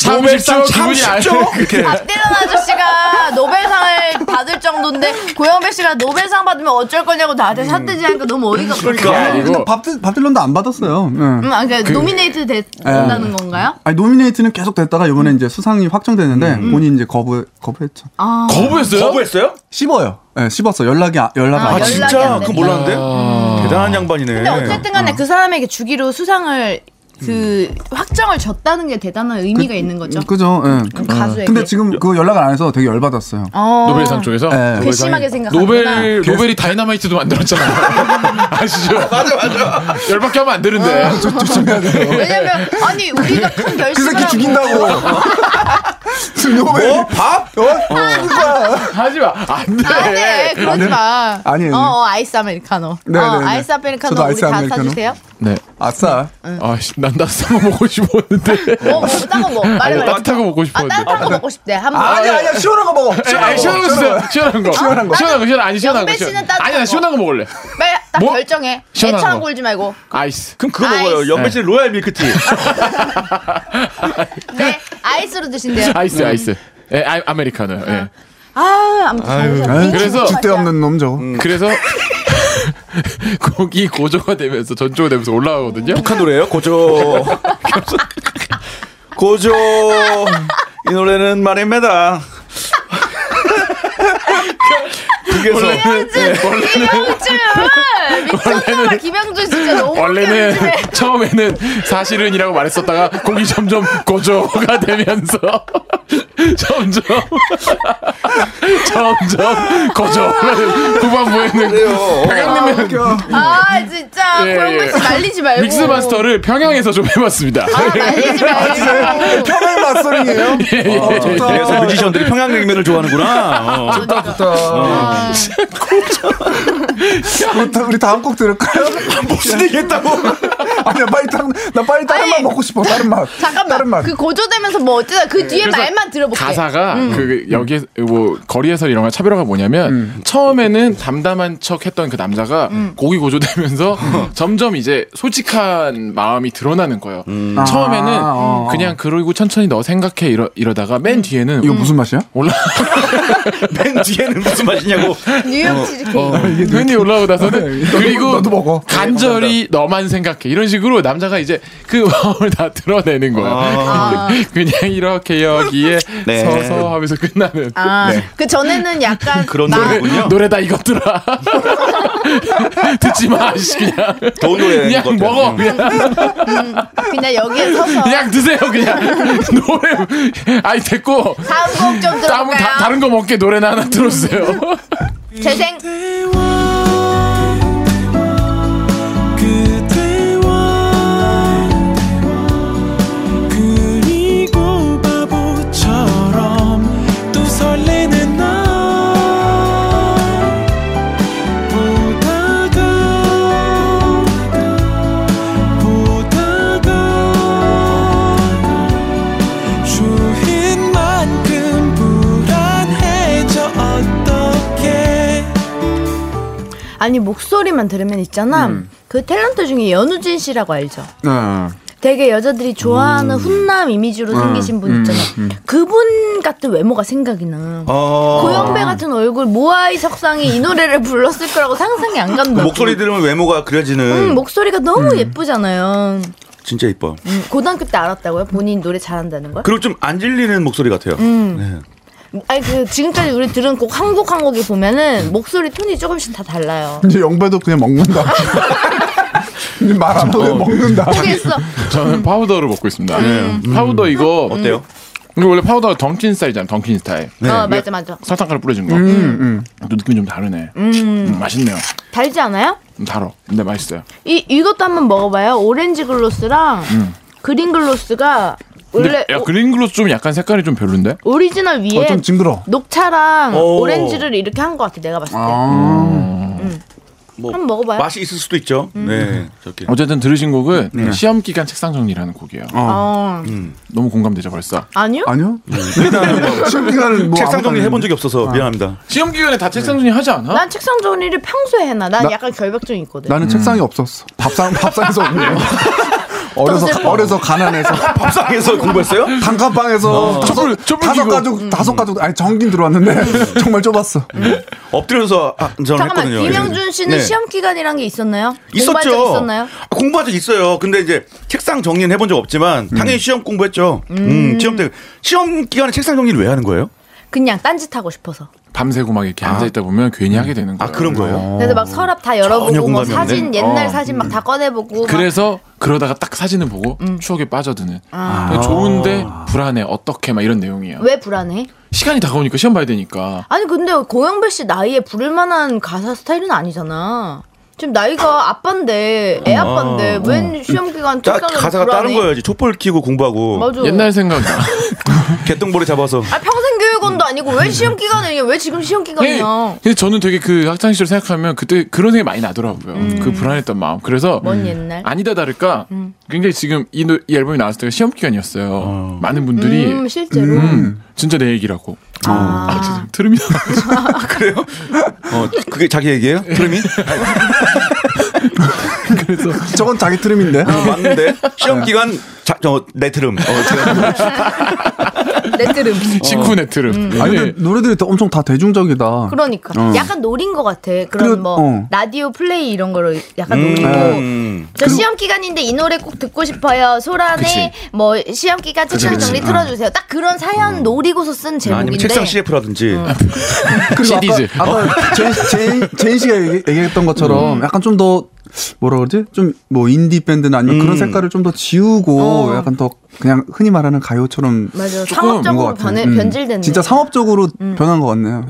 [SPEAKER 6] 노벨상
[SPEAKER 5] 참
[SPEAKER 6] 누구냐
[SPEAKER 5] 쉽죠? 이렇게.
[SPEAKER 3] 밥 딜런 아저씨가 노벨상을 받을 정도인데 고영배 씨가 노벨상 받으면 어쩔 거냐고 나한테 삿대지 하니까 너무 어이가 없어.
[SPEAKER 5] 음. 그러니까.
[SPEAKER 4] 근데 밥들 밥들런도 안 받았어요. 예.
[SPEAKER 3] 음, 아, 그러니까 노미네이트 되- 된다는 건가요?
[SPEAKER 4] 아니 노미네이트는 계속 됐다가 이번에 이제 수상이 확정됐는데 본인 이제 거부 거부했죠.
[SPEAKER 3] 아.
[SPEAKER 6] 거부했어요?
[SPEAKER 5] 거부했어요?
[SPEAKER 4] 씹어요. 네, 씹었어. 연락이 아- 연락
[SPEAKER 3] 아,
[SPEAKER 4] 안
[SPEAKER 5] 아
[SPEAKER 4] 와.
[SPEAKER 3] 연락이
[SPEAKER 5] 진짜
[SPEAKER 3] 안
[SPEAKER 5] 그거
[SPEAKER 3] 되네.
[SPEAKER 5] 몰랐는데
[SPEAKER 6] 아.
[SPEAKER 5] 대단한 양반이네.
[SPEAKER 3] 근데 어쨌든 간에 그 사람에게 주기로 수상을 그 확정을 줬다는 게 대단한 의미가 있는 거죠.
[SPEAKER 4] 그죠? 예.
[SPEAKER 3] 그 가수에게.
[SPEAKER 4] 근데 지금 그 연락을 안 해서 되게 열받았어요.
[SPEAKER 3] 어.
[SPEAKER 6] 노벨상 쪽에서
[SPEAKER 4] 네.
[SPEAKER 6] 노벨상이-
[SPEAKER 3] 괘씸하게 생각하는구나.
[SPEAKER 6] 노벨 노벨이 다이너마이트도 만들었잖아요. 아시죠? 맞아 맞아. 아, 열받게 하면 안 되는데.
[SPEAKER 3] 왜냐면 아니 우리가 큰
[SPEAKER 4] 그
[SPEAKER 3] 결심을
[SPEAKER 4] 새끼
[SPEAKER 3] 하고 어?
[SPEAKER 4] 죽인다고. 지금 요번에 아,
[SPEAKER 5] 어? 밥?
[SPEAKER 6] 하지 마. 안 돼.
[SPEAKER 3] 안돼 아, 네. 그러지 마.
[SPEAKER 4] 네. 아니에요.
[SPEAKER 3] 어, 어 아이스 아메리카노.
[SPEAKER 4] 네,
[SPEAKER 3] 어,
[SPEAKER 4] 네, 네.
[SPEAKER 3] 아이스
[SPEAKER 4] 저도
[SPEAKER 3] 아메리카노 우리
[SPEAKER 4] 아이스
[SPEAKER 3] 다
[SPEAKER 4] 아메리카노.
[SPEAKER 3] 사주세요.
[SPEAKER 6] 네.
[SPEAKER 4] 아싸.
[SPEAKER 6] 아난 따뜻한 거 먹고 싶었는데.
[SPEAKER 3] 뭐, 뭐, 딴거 뭐, 말해,
[SPEAKER 6] 아니,
[SPEAKER 3] 말해.
[SPEAKER 6] 따뜻한 거 먹고
[SPEAKER 3] 아,
[SPEAKER 6] 싶었는데.
[SPEAKER 3] 따뜻한 거 먹고 싶대. 한 번.
[SPEAKER 4] 아니 아니야 시원한 거
[SPEAKER 5] 예,
[SPEAKER 4] 먹어.
[SPEAKER 6] 아니, 아니, 시원한 거 주세요. 시원한 거. 시원한 거. 시원한 거. 시원한 거. 아니 시원한 거.
[SPEAKER 3] 영배 씨는 따뜻한
[SPEAKER 6] 아니 나
[SPEAKER 3] 거.
[SPEAKER 6] 시원한 거 먹을래.
[SPEAKER 3] 빨리 딱
[SPEAKER 6] 뭐?
[SPEAKER 3] 결정해.
[SPEAKER 6] 시원한
[SPEAKER 3] 애처럼
[SPEAKER 6] 거.
[SPEAKER 3] 굴지 말고.
[SPEAKER 6] 아이스.
[SPEAKER 5] 그럼 그거 먹어요.
[SPEAKER 3] 아이스.
[SPEAKER 5] 연배 씨 로얄 밀크티.
[SPEAKER 3] 네, 아이스로 드신대요.
[SPEAKER 6] 아이스 아이스. 예, 아, 아메리카노. 예.
[SPEAKER 3] 아, 아무튼.
[SPEAKER 6] 그래서-
[SPEAKER 4] 주대 없는 놈 저.
[SPEAKER 5] 음.
[SPEAKER 6] 그래서 고기 고조가 되면서 전조가 되면서 올라가거든요.
[SPEAKER 5] 북한 노래예요? 고조. 고조. 이 노래는 말입니다. 그래서
[SPEAKER 3] 김영준! 아, 미쳤나봐, 김영준 진짜 너무.
[SPEAKER 6] 원래는
[SPEAKER 3] 웃겨, 요즘에.
[SPEAKER 6] 처음에는 사실은이라고 말했었다가 고기 점점 고조가 되면서 점점 점점 고조가 되면서 후반부에는 백악님은
[SPEAKER 3] 아, 진짜.
[SPEAKER 6] 예,
[SPEAKER 3] 그런
[SPEAKER 6] 예.
[SPEAKER 3] 거지 말리지 말고.
[SPEAKER 6] 믹스 마스터를 평양에서 좀 해봤습니다.
[SPEAKER 3] 아, 말리지 말고.
[SPEAKER 4] 평행 맞설이에요.
[SPEAKER 5] 예,
[SPEAKER 4] 아, 네,
[SPEAKER 5] 그래서 뮤지션들이 평양냉면을 좋아하는구나. 어.
[SPEAKER 4] 좋다. 좋다. 어, 우리 다음 곡 들을까요?
[SPEAKER 5] 무슨 얘기했다고?
[SPEAKER 4] 아니야 빨리 다른 나 빨리 다른
[SPEAKER 3] 아니.
[SPEAKER 4] 맛 먹고 싶어. 다른 맛. 다른
[SPEAKER 3] 잠깐만.
[SPEAKER 4] 맛.
[SPEAKER 3] 그 고조되면서 뭐 어쩌다 그 뒤에
[SPEAKER 6] 그래서
[SPEAKER 3] 말만 들어볼게.
[SPEAKER 6] 가사가 그 여기 뭐 거리에서 이런 거 차별화가 뭐냐면 처음에는 담담한 척 했던 그 남자가 고기 고조되면서 점점 이제 솔직한 마음이 드러나는 거예요. 처음에는
[SPEAKER 4] 아, 어.
[SPEAKER 6] 그냥 그러고 천천히 너 생각해 이러, 이러다가 맨 뒤에는
[SPEAKER 4] 이거 무슨 맛이야?
[SPEAKER 6] 올라
[SPEAKER 5] 맨 뒤에는 무슨 맛이냐고.
[SPEAKER 6] 어.
[SPEAKER 3] 뉴욕 치즈케이크.
[SPEAKER 6] 괜히 올라오고 나서는
[SPEAKER 4] 나도
[SPEAKER 6] 그리고
[SPEAKER 4] 먹- 나도 먹어.
[SPEAKER 6] 간절히 너만 생각해 이런 식으로 남자가 이제 그 마음을 다 드러내는 거예요. 그냥 이렇게 여기에
[SPEAKER 5] 네.
[SPEAKER 6] 서서 하면서 끝나는
[SPEAKER 3] 아, 그 전에는 약간
[SPEAKER 5] 그런
[SPEAKER 3] 나-
[SPEAKER 5] 노래군요.
[SPEAKER 6] 네. 노래다 이것들아 듣지 마 씨, 그냥
[SPEAKER 5] 더운 노래.
[SPEAKER 6] 그냥 먹어
[SPEAKER 5] 음.
[SPEAKER 6] 그냥,
[SPEAKER 3] 그냥 여기에 서서
[SPEAKER 6] 그냥 드세요 그냥 노래 아니 됐고
[SPEAKER 3] 다음 곡 좀
[SPEAKER 6] 다음
[SPEAKER 3] 들어볼까요?
[SPEAKER 6] 다, 다른 거 먹게 노래나 하나 들어주세요
[SPEAKER 3] 재생
[SPEAKER 7] 그대와 그리고 바보처럼 또 설레는 날 보다가 보다가 주인 만큼 불안해져 어떡해
[SPEAKER 3] 아니 목소리만 들으면 있잖아
[SPEAKER 6] 음.
[SPEAKER 3] 그 탤런트 중에 연우진 씨라고 알죠?
[SPEAKER 4] 네.
[SPEAKER 3] 되게 여자들이 좋아하는
[SPEAKER 6] 음.
[SPEAKER 3] 훈남 이미지로 생기신 분 있잖아. 그분 같은 외모가 생각이 나.
[SPEAKER 5] 어.
[SPEAKER 3] 고영배 같은 얼굴 모아이 석상이 이 노래를 불렀을 거라고 상상이 안
[SPEAKER 5] 그
[SPEAKER 3] 간다.
[SPEAKER 5] 목소리 들으면 외모가 그려지는
[SPEAKER 3] 음, 목소리가 너무 예쁘잖아요.
[SPEAKER 5] 진짜 이뻐.
[SPEAKER 3] 음, 고등학교 때 알았다고요? 본인 노래 잘한다는 걸?
[SPEAKER 5] 그리고 좀 안 질리는 목소리 같아요.
[SPEAKER 3] 음, 아니 그 지금까지 우리 들은 곡 한 곡 한 곡이 보면은 목소리 톤이 조금씩 다 달라요.
[SPEAKER 4] 이제 영배도 그냥 먹는다. 말안
[SPEAKER 5] 어,
[SPEAKER 4] 하고 먹는다.
[SPEAKER 3] 포기했어.
[SPEAKER 6] 저는 파우더를 먹고 있습니다 네. 음. 파우더 이거
[SPEAKER 5] 어때요?
[SPEAKER 6] 이거 원래 파우더가 덩킨 스타일이잖아 덩킨 스타일
[SPEAKER 5] 네.
[SPEAKER 3] 어 맞아 맞아.
[SPEAKER 6] 설탕가루 뿌려준 거 또 느낌이 좀 다르네 음, 맛있네요
[SPEAKER 3] 달지 않아요?
[SPEAKER 6] 좀 달어 근데 맛있어요
[SPEAKER 3] 이 이것도 한번 먹어봐요. 오렌지 글로스랑 그린 글로스가 원래 어-
[SPEAKER 6] 근데 야, 그린글로스 좀 약간 색깔이 좀 별론데
[SPEAKER 3] 오, 리지널 위에
[SPEAKER 4] 어, 좀 징그러.
[SPEAKER 3] 녹차랑
[SPEAKER 5] 오.
[SPEAKER 3] 오. 렌지를 이렇게 한 것 같아 내가 봤을 때.
[SPEAKER 5] 뭐
[SPEAKER 3] 한번 먹어봐요. 음.
[SPEAKER 5] 맛이 있을 수도 있죠. 네, 저렇게.
[SPEAKER 6] 어쨌든 들으신 곡은 시험 기간 책상 정리라는 곡이에요.
[SPEAKER 3] 어.
[SPEAKER 6] 너무 공감되죠 벌써.
[SPEAKER 3] 아니요?
[SPEAKER 4] 아니요? 시험 기간은 뭐
[SPEAKER 5] 음. 책상
[SPEAKER 4] 아무것도
[SPEAKER 5] 정리
[SPEAKER 4] 안
[SPEAKER 5] 해본 적이 없어서 미안합니다.
[SPEAKER 6] 시험 기간에 다 책상 정리 하지
[SPEAKER 5] 어?
[SPEAKER 6] 않아?
[SPEAKER 3] 난 책상 정리를 평소에 해놔. 난
[SPEAKER 4] 나-
[SPEAKER 3] 약간 결벽증 이 있거든.
[SPEAKER 5] 음.
[SPEAKER 4] 나는 책상이 없었어. 밥상 밥상에서 없네요. 어려서
[SPEAKER 3] 또 슬퍼.
[SPEAKER 4] 어려서 가난해서
[SPEAKER 5] 밥상에서 어. 공부했어요?
[SPEAKER 4] 단칸방에서
[SPEAKER 6] 촛불,
[SPEAKER 4] 다섯,
[SPEAKER 6] 촛불
[SPEAKER 4] 다섯
[SPEAKER 6] 끼고.
[SPEAKER 4] 가족
[SPEAKER 5] 음.
[SPEAKER 4] 다섯 가족 아니 정긴 들어왔는데 정말 좁았어.
[SPEAKER 5] 엎드려서 아, 저는
[SPEAKER 3] 잠깐만
[SPEAKER 5] 했거든요.
[SPEAKER 3] 김영준 씨는
[SPEAKER 5] 네.
[SPEAKER 3] 시험 기간이란 게 있었나요? 공부한 적
[SPEAKER 5] 있었죠.
[SPEAKER 3] 있었나요?
[SPEAKER 5] 아, 공부한 적 있어요. 근데 이제 책상 정리는 해본 적 없지만 당연히
[SPEAKER 3] 음.
[SPEAKER 5] 시험 음, 공부했죠. 음, 시험 때 시험 기간에 책상 정리를 왜 하는 거예요?
[SPEAKER 3] 그냥 딴짓 하고 싶어서.
[SPEAKER 6] 밤새고 막 이렇게 앉아 있다 보면 괜히
[SPEAKER 4] 음.
[SPEAKER 6] 하게 되는 거예요.
[SPEAKER 5] 아 그런 거예요?
[SPEAKER 4] 어.
[SPEAKER 3] 그래서 막 서랍 다
[SPEAKER 5] 전혀
[SPEAKER 3] 열어보고 뭐
[SPEAKER 5] 공감이 없네.
[SPEAKER 3] 사진 옛날
[SPEAKER 6] 어.
[SPEAKER 3] 사진
[SPEAKER 5] 음.
[SPEAKER 3] 막 다 꺼내보고 막
[SPEAKER 6] 그래서 그러다가 딱 사진을 보고
[SPEAKER 3] 음.
[SPEAKER 6] 추억에 빠져드는 그러니까 좋은데
[SPEAKER 4] 아.
[SPEAKER 6] 불안해 어떻게 막 이런 내용이에요.
[SPEAKER 3] 아. 왜 불안해?
[SPEAKER 6] 시간이 다가오니까 시험 봐야 되니까
[SPEAKER 3] 아니 근데 고영배 씨 나이에 부를 만한 가사 스타일은 아니잖아. 지금 나이가 아빠인데
[SPEAKER 5] 음.
[SPEAKER 3] 애 아빠인데 웬 시험 기간
[SPEAKER 5] 짜-
[SPEAKER 3] 특강을
[SPEAKER 5] 음. 가사가
[SPEAKER 3] 불안해? 뭐?
[SPEAKER 5] 다른 거야지. 촛불 켜고 공부하고
[SPEAKER 3] 맞아.
[SPEAKER 6] 옛날 생각 나.
[SPEAKER 5] 개똥벌이 잡아서
[SPEAKER 3] 아 평생 교육원도 아니고 왜 시험 기간이냐? 왜 지금 시험
[SPEAKER 6] 네.
[SPEAKER 3] 기간이야?
[SPEAKER 6] 근데 저는 되게 그 학창 시절 생각하면 그때 그런 생각이 많이 나더라고요. 그 불안했던 마음. 그래서
[SPEAKER 3] 먼 옛날. 음.
[SPEAKER 6] 아니다 다를까 굉장히 지금 이, 노- 이 앨범이 나왔을 때가 시험 기간이었어요. 많은
[SPEAKER 5] 네.
[SPEAKER 6] 분들이
[SPEAKER 3] 음, 실제로.
[SPEAKER 6] 음, 진짜 내 얘기라고. 아,
[SPEAKER 3] 아,
[SPEAKER 6] 진짜 들으면
[SPEAKER 5] 어, 그게 자기 얘기예요? 트림이?
[SPEAKER 6] 그래서
[SPEAKER 4] 저건 자기 트림인데.
[SPEAKER 5] 어, 맞는데 시험 기간 자, 저, 내 트름. 어, 제가
[SPEAKER 3] 내 들음.
[SPEAKER 6] 식후 내 네. 들음.
[SPEAKER 4] 아니 근데 노래들이 다 엄청 다 대중적이다.
[SPEAKER 3] 그러니까 약간 노린 것 같아. 그런
[SPEAKER 4] 어. 그리고-
[SPEAKER 3] 뭐
[SPEAKER 4] 어. 아.
[SPEAKER 3] 라디오 플레이 이런 거로 약간 노리고.
[SPEAKER 5] 음.
[SPEAKER 3] 저 시험 기간인데 이 노래 꼭 듣고 싶어요. 소란의 뭐 시험 기간 책상
[SPEAKER 6] 그치,
[SPEAKER 3] 정리
[SPEAKER 4] 아.
[SPEAKER 6] 그치.
[SPEAKER 3] 틀어주세요. 딱 그런
[SPEAKER 4] 음.
[SPEAKER 3] 사연 노리고서 쓴 제목인데. 어.
[SPEAKER 5] 아니면 책상 CF라든지
[SPEAKER 4] 그리고
[SPEAKER 6] CDs.
[SPEAKER 4] 아까, 아까 제인, 제인, 제인 씨가 얘기, 얘기했던 것처럼 약간 좀 더 뭐라 그러지? 좀 뭐 인디 밴드나 아니면 그런 색깔을 좀 더 지우고
[SPEAKER 3] 어.
[SPEAKER 4] 약간 더 그냥 흔히 말하는 가요처럼
[SPEAKER 3] 맞아.
[SPEAKER 4] 온
[SPEAKER 3] 상업적으로 음.
[SPEAKER 4] 것 같은.
[SPEAKER 3] 변
[SPEAKER 4] 음.
[SPEAKER 3] 변질됐네.
[SPEAKER 4] 진짜 상업적으로 변한 것 같네요.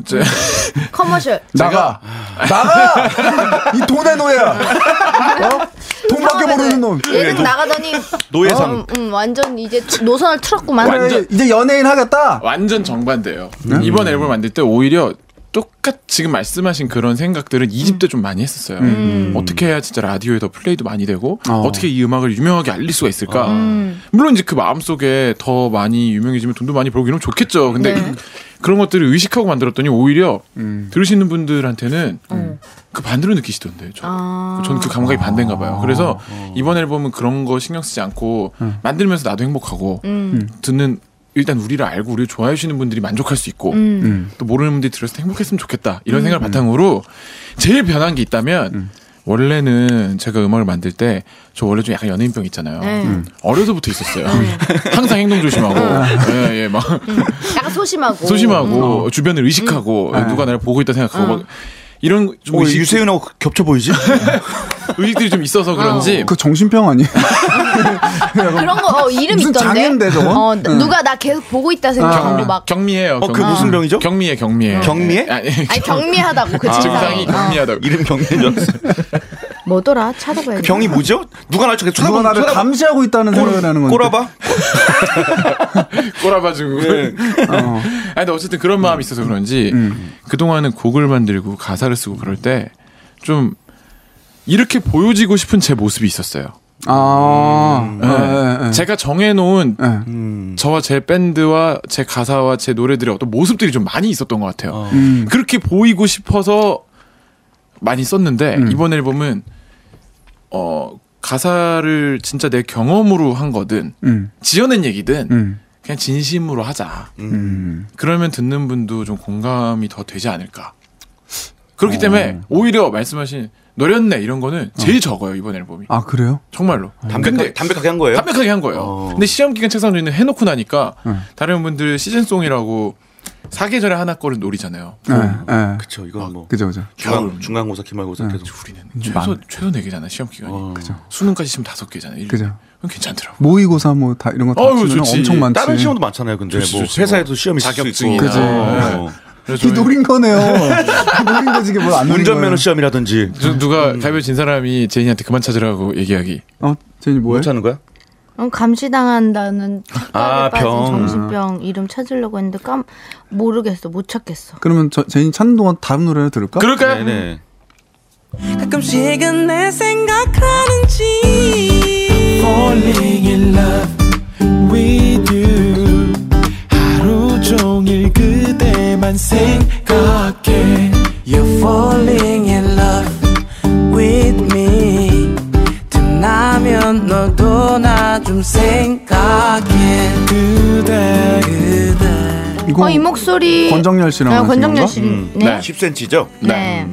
[SPEAKER 3] 커머셜.
[SPEAKER 4] 나가 나가 이 돈의 노예야. 어? 돈밖에
[SPEAKER 3] 상업에서
[SPEAKER 4] 모르는 놈. 네,
[SPEAKER 3] 예능 나가더니
[SPEAKER 5] 노예상.
[SPEAKER 3] 어, 음, 완전 이제 노선을 틀었구만.
[SPEAKER 4] 그래, 이제 연예인 하겠다.
[SPEAKER 6] 완전 정반대예요. 이번 앨범 만들 때 오히려 똑같 지금 말씀하신 그런 생각들은 20대 좀 많이 했었어요.
[SPEAKER 3] 음.
[SPEAKER 6] 어떻게 해야 진짜 라디오에 더 플레이도 많이 되고
[SPEAKER 4] 어.
[SPEAKER 6] 어. 떻게이 음악을 유명하게 알릴 수가 있을까?
[SPEAKER 3] 음.
[SPEAKER 6] 물론 이제 그 마음 속에 더 많이 유명해지면 돈도 많이 벌고 이러면 좋겠죠. 근데
[SPEAKER 3] 네.
[SPEAKER 6] 그런 것들을 의식하고 만들었더니 오히려 들으시는 분들한테는
[SPEAKER 3] 음.
[SPEAKER 6] 그 반대로 느끼시던데. 저.
[SPEAKER 3] 아.
[SPEAKER 6] 저는 그 감각이 반대인가 봐요. 그래서 이번 앨범은 그런 거 신경 쓰지 않고 만들면서 나도 행복하고
[SPEAKER 3] 음.
[SPEAKER 6] 듣는 일단 우리를 알고 우리를 좋아해 주시는 분들이 만족할 수 있고
[SPEAKER 3] 음.
[SPEAKER 6] 또 모르는 분들이 들었을 때 행복했으면 좋겠다 이런 생각을 바탕으로 제일 변한 게 있다면 원래는 제가 음악을 만들 때 저 원래 좀 약간 연예인병 있잖아요.
[SPEAKER 3] 네.
[SPEAKER 6] 어려서부터 있었어요. 항상 행동 조심하고
[SPEAKER 3] 어.
[SPEAKER 6] 예, 예, 막
[SPEAKER 3] 음. 약간 소심하고.
[SPEAKER 6] 소심하고 주변을 의식하고 누가 나를 보고 있다 생각하고
[SPEAKER 3] 어.
[SPEAKER 6] 막 이런 좀
[SPEAKER 5] 어,
[SPEAKER 6] 의식,
[SPEAKER 5] 유세윤하고 겹쳐 보이지?
[SPEAKER 6] 의식들이 좀 있어서 그런지
[SPEAKER 4] 그 정신병 아니에요?
[SPEAKER 3] 그런 거 어, 이름
[SPEAKER 4] 무슨
[SPEAKER 3] 있던데.
[SPEAKER 4] 장애인데, 저건? 아.
[SPEAKER 3] 어, 누가 나 계속 보고 있다 생각하고 막
[SPEAKER 6] 경미해요.
[SPEAKER 5] 어, 그 무슨 병이죠?
[SPEAKER 6] 경미해, 경미해.
[SPEAKER 5] 경미해?
[SPEAKER 6] 아, 예.
[SPEAKER 3] 아니 경미하다고 그
[SPEAKER 6] 증상이
[SPEAKER 3] 증상이. 어.
[SPEAKER 6] 경미하다고.
[SPEAKER 5] 이름 경민전.
[SPEAKER 3] 뭐더라? 찾아봐야 돼.
[SPEAKER 5] 그 병이 뭐죠? 누가 나를 저렇게
[SPEAKER 4] 누가 나를 감시하고 있다는 생각을 하는 건데.
[SPEAKER 5] 꼬라봐?
[SPEAKER 6] 꼬라봐주고.
[SPEAKER 4] 어.
[SPEAKER 6] 네. 아니, 근데 어쨌든 그런 마음이 있어서 그런지 그동안은 곡을 만들고 가사를 쓰고 그럴 때 좀 이렇게 보여지고 싶은 제 모습이 있었어요. 네.
[SPEAKER 4] 아, 예, 예, 예.
[SPEAKER 6] 제가 정해놓은
[SPEAKER 4] 예.
[SPEAKER 6] 저와 제 밴드와 제 가사와 제 노래들의 어떤 모습들이 좀 많이 있었던 것 같아요.
[SPEAKER 4] 음.
[SPEAKER 6] 그렇게 보이고 싶어서 많이 썼는데
[SPEAKER 4] 음.
[SPEAKER 6] 이번 앨범은 어 가사를 진짜 내 경험으로 한 거든
[SPEAKER 4] 음.
[SPEAKER 6] 지어낸 얘기든
[SPEAKER 4] 음.
[SPEAKER 6] 그냥 진심으로 하자.
[SPEAKER 4] 음.
[SPEAKER 6] 그러면 듣는 분도 좀 공감이 더 되지 않을까. 그렇기
[SPEAKER 4] 어.
[SPEAKER 6] 때문에 오히려 말씀하신 노렸네 이런 거는 제일 적어요 이번 앨범이.
[SPEAKER 4] 아 그래요?
[SPEAKER 6] 정말로.
[SPEAKER 5] 담백하게, 담백하게 한 거예요?
[SPEAKER 6] 담백하게 한 거예요.
[SPEAKER 5] 어.
[SPEAKER 6] 근데 시험 기간 책상 정리는 해놓고 나니까
[SPEAKER 4] 응.
[SPEAKER 6] 다른 분들 시즌송이라고 사계절에 하나 거를 노리잖아요.
[SPEAKER 4] 예, 예.
[SPEAKER 5] 그쵸, 아, 이건 뭐.
[SPEAKER 4] 그죠, 그죠.
[SPEAKER 5] 중간, 중간고사, 기말고사 계속.
[SPEAKER 6] 우리는 최소 최소 네 개잖아 시험 기간이. 수능까지 치면 다섯 개잖아. 일-
[SPEAKER 4] 그죠.
[SPEAKER 6] 그럼 괜찮더라고.
[SPEAKER 4] 모의고사 뭐 다 이런 거 다
[SPEAKER 6] 어우,
[SPEAKER 4] 치면
[SPEAKER 6] 좋지.
[SPEAKER 4] 엄청 많지.
[SPEAKER 5] 다른 시험도 많잖아요, 근데.
[SPEAKER 6] 좋지,
[SPEAKER 5] 뭐
[SPEAKER 6] 좋지,
[SPEAKER 5] 회사에도
[SPEAKER 6] 뭐.
[SPEAKER 5] 시험 있을 수 있고.
[SPEAKER 6] 자격증이나.
[SPEAKER 4] 그죠.
[SPEAKER 5] 어.
[SPEAKER 6] 그래서
[SPEAKER 4] 이
[SPEAKER 6] 저는
[SPEAKER 4] 노린 거네요. 노린 거지 이게 뭘안 노린 거예요.
[SPEAKER 5] 운전면허 시험이라든지.
[SPEAKER 6] 저- 누가 가위바위보 진 사람이 제인이한테 그만 찾으라고 얘기하기.
[SPEAKER 4] 어, 제니 뭐해?
[SPEAKER 5] 못 찾는 거야?
[SPEAKER 3] 음, 감시당한다는 착각에
[SPEAKER 5] 아,
[SPEAKER 3] 빠진
[SPEAKER 5] 병.
[SPEAKER 3] 정신병 이름 찾으려고 했는데 깜 모르겠어 못 찾겠어.
[SPEAKER 4] 그러면 저, 제니 찾는 동안 다른 노래를 들을까?
[SPEAKER 6] 그럴까요?
[SPEAKER 5] 네네.
[SPEAKER 8] 가끔씩은 내 생각하는지
[SPEAKER 7] Falling in love with you 하루 종일 그대만 생각해
[SPEAKER 8] You're falling in love with me 틈나면 너도 나 좀 생각해
[SPEAKER 7] 그대
[SPEAKER 8] 그대
[SPEAKER 4] 이거
[SPEAKER 3] 어, 이 목소리.
[SPEAKER 4] 권정열 씨랑
[SPEAKER 3] 네,
[SPEAKER 4] 하는
[SPEAKER 3] 권정열
[SPEAKER 4] 건가?
[SPEAKER 3] 씨.
[SPEAKER 5] 음.
[SPEAKER 3] 네.
[SPEAKER 5] 10cm죠?
[SPEAKER 3] 네.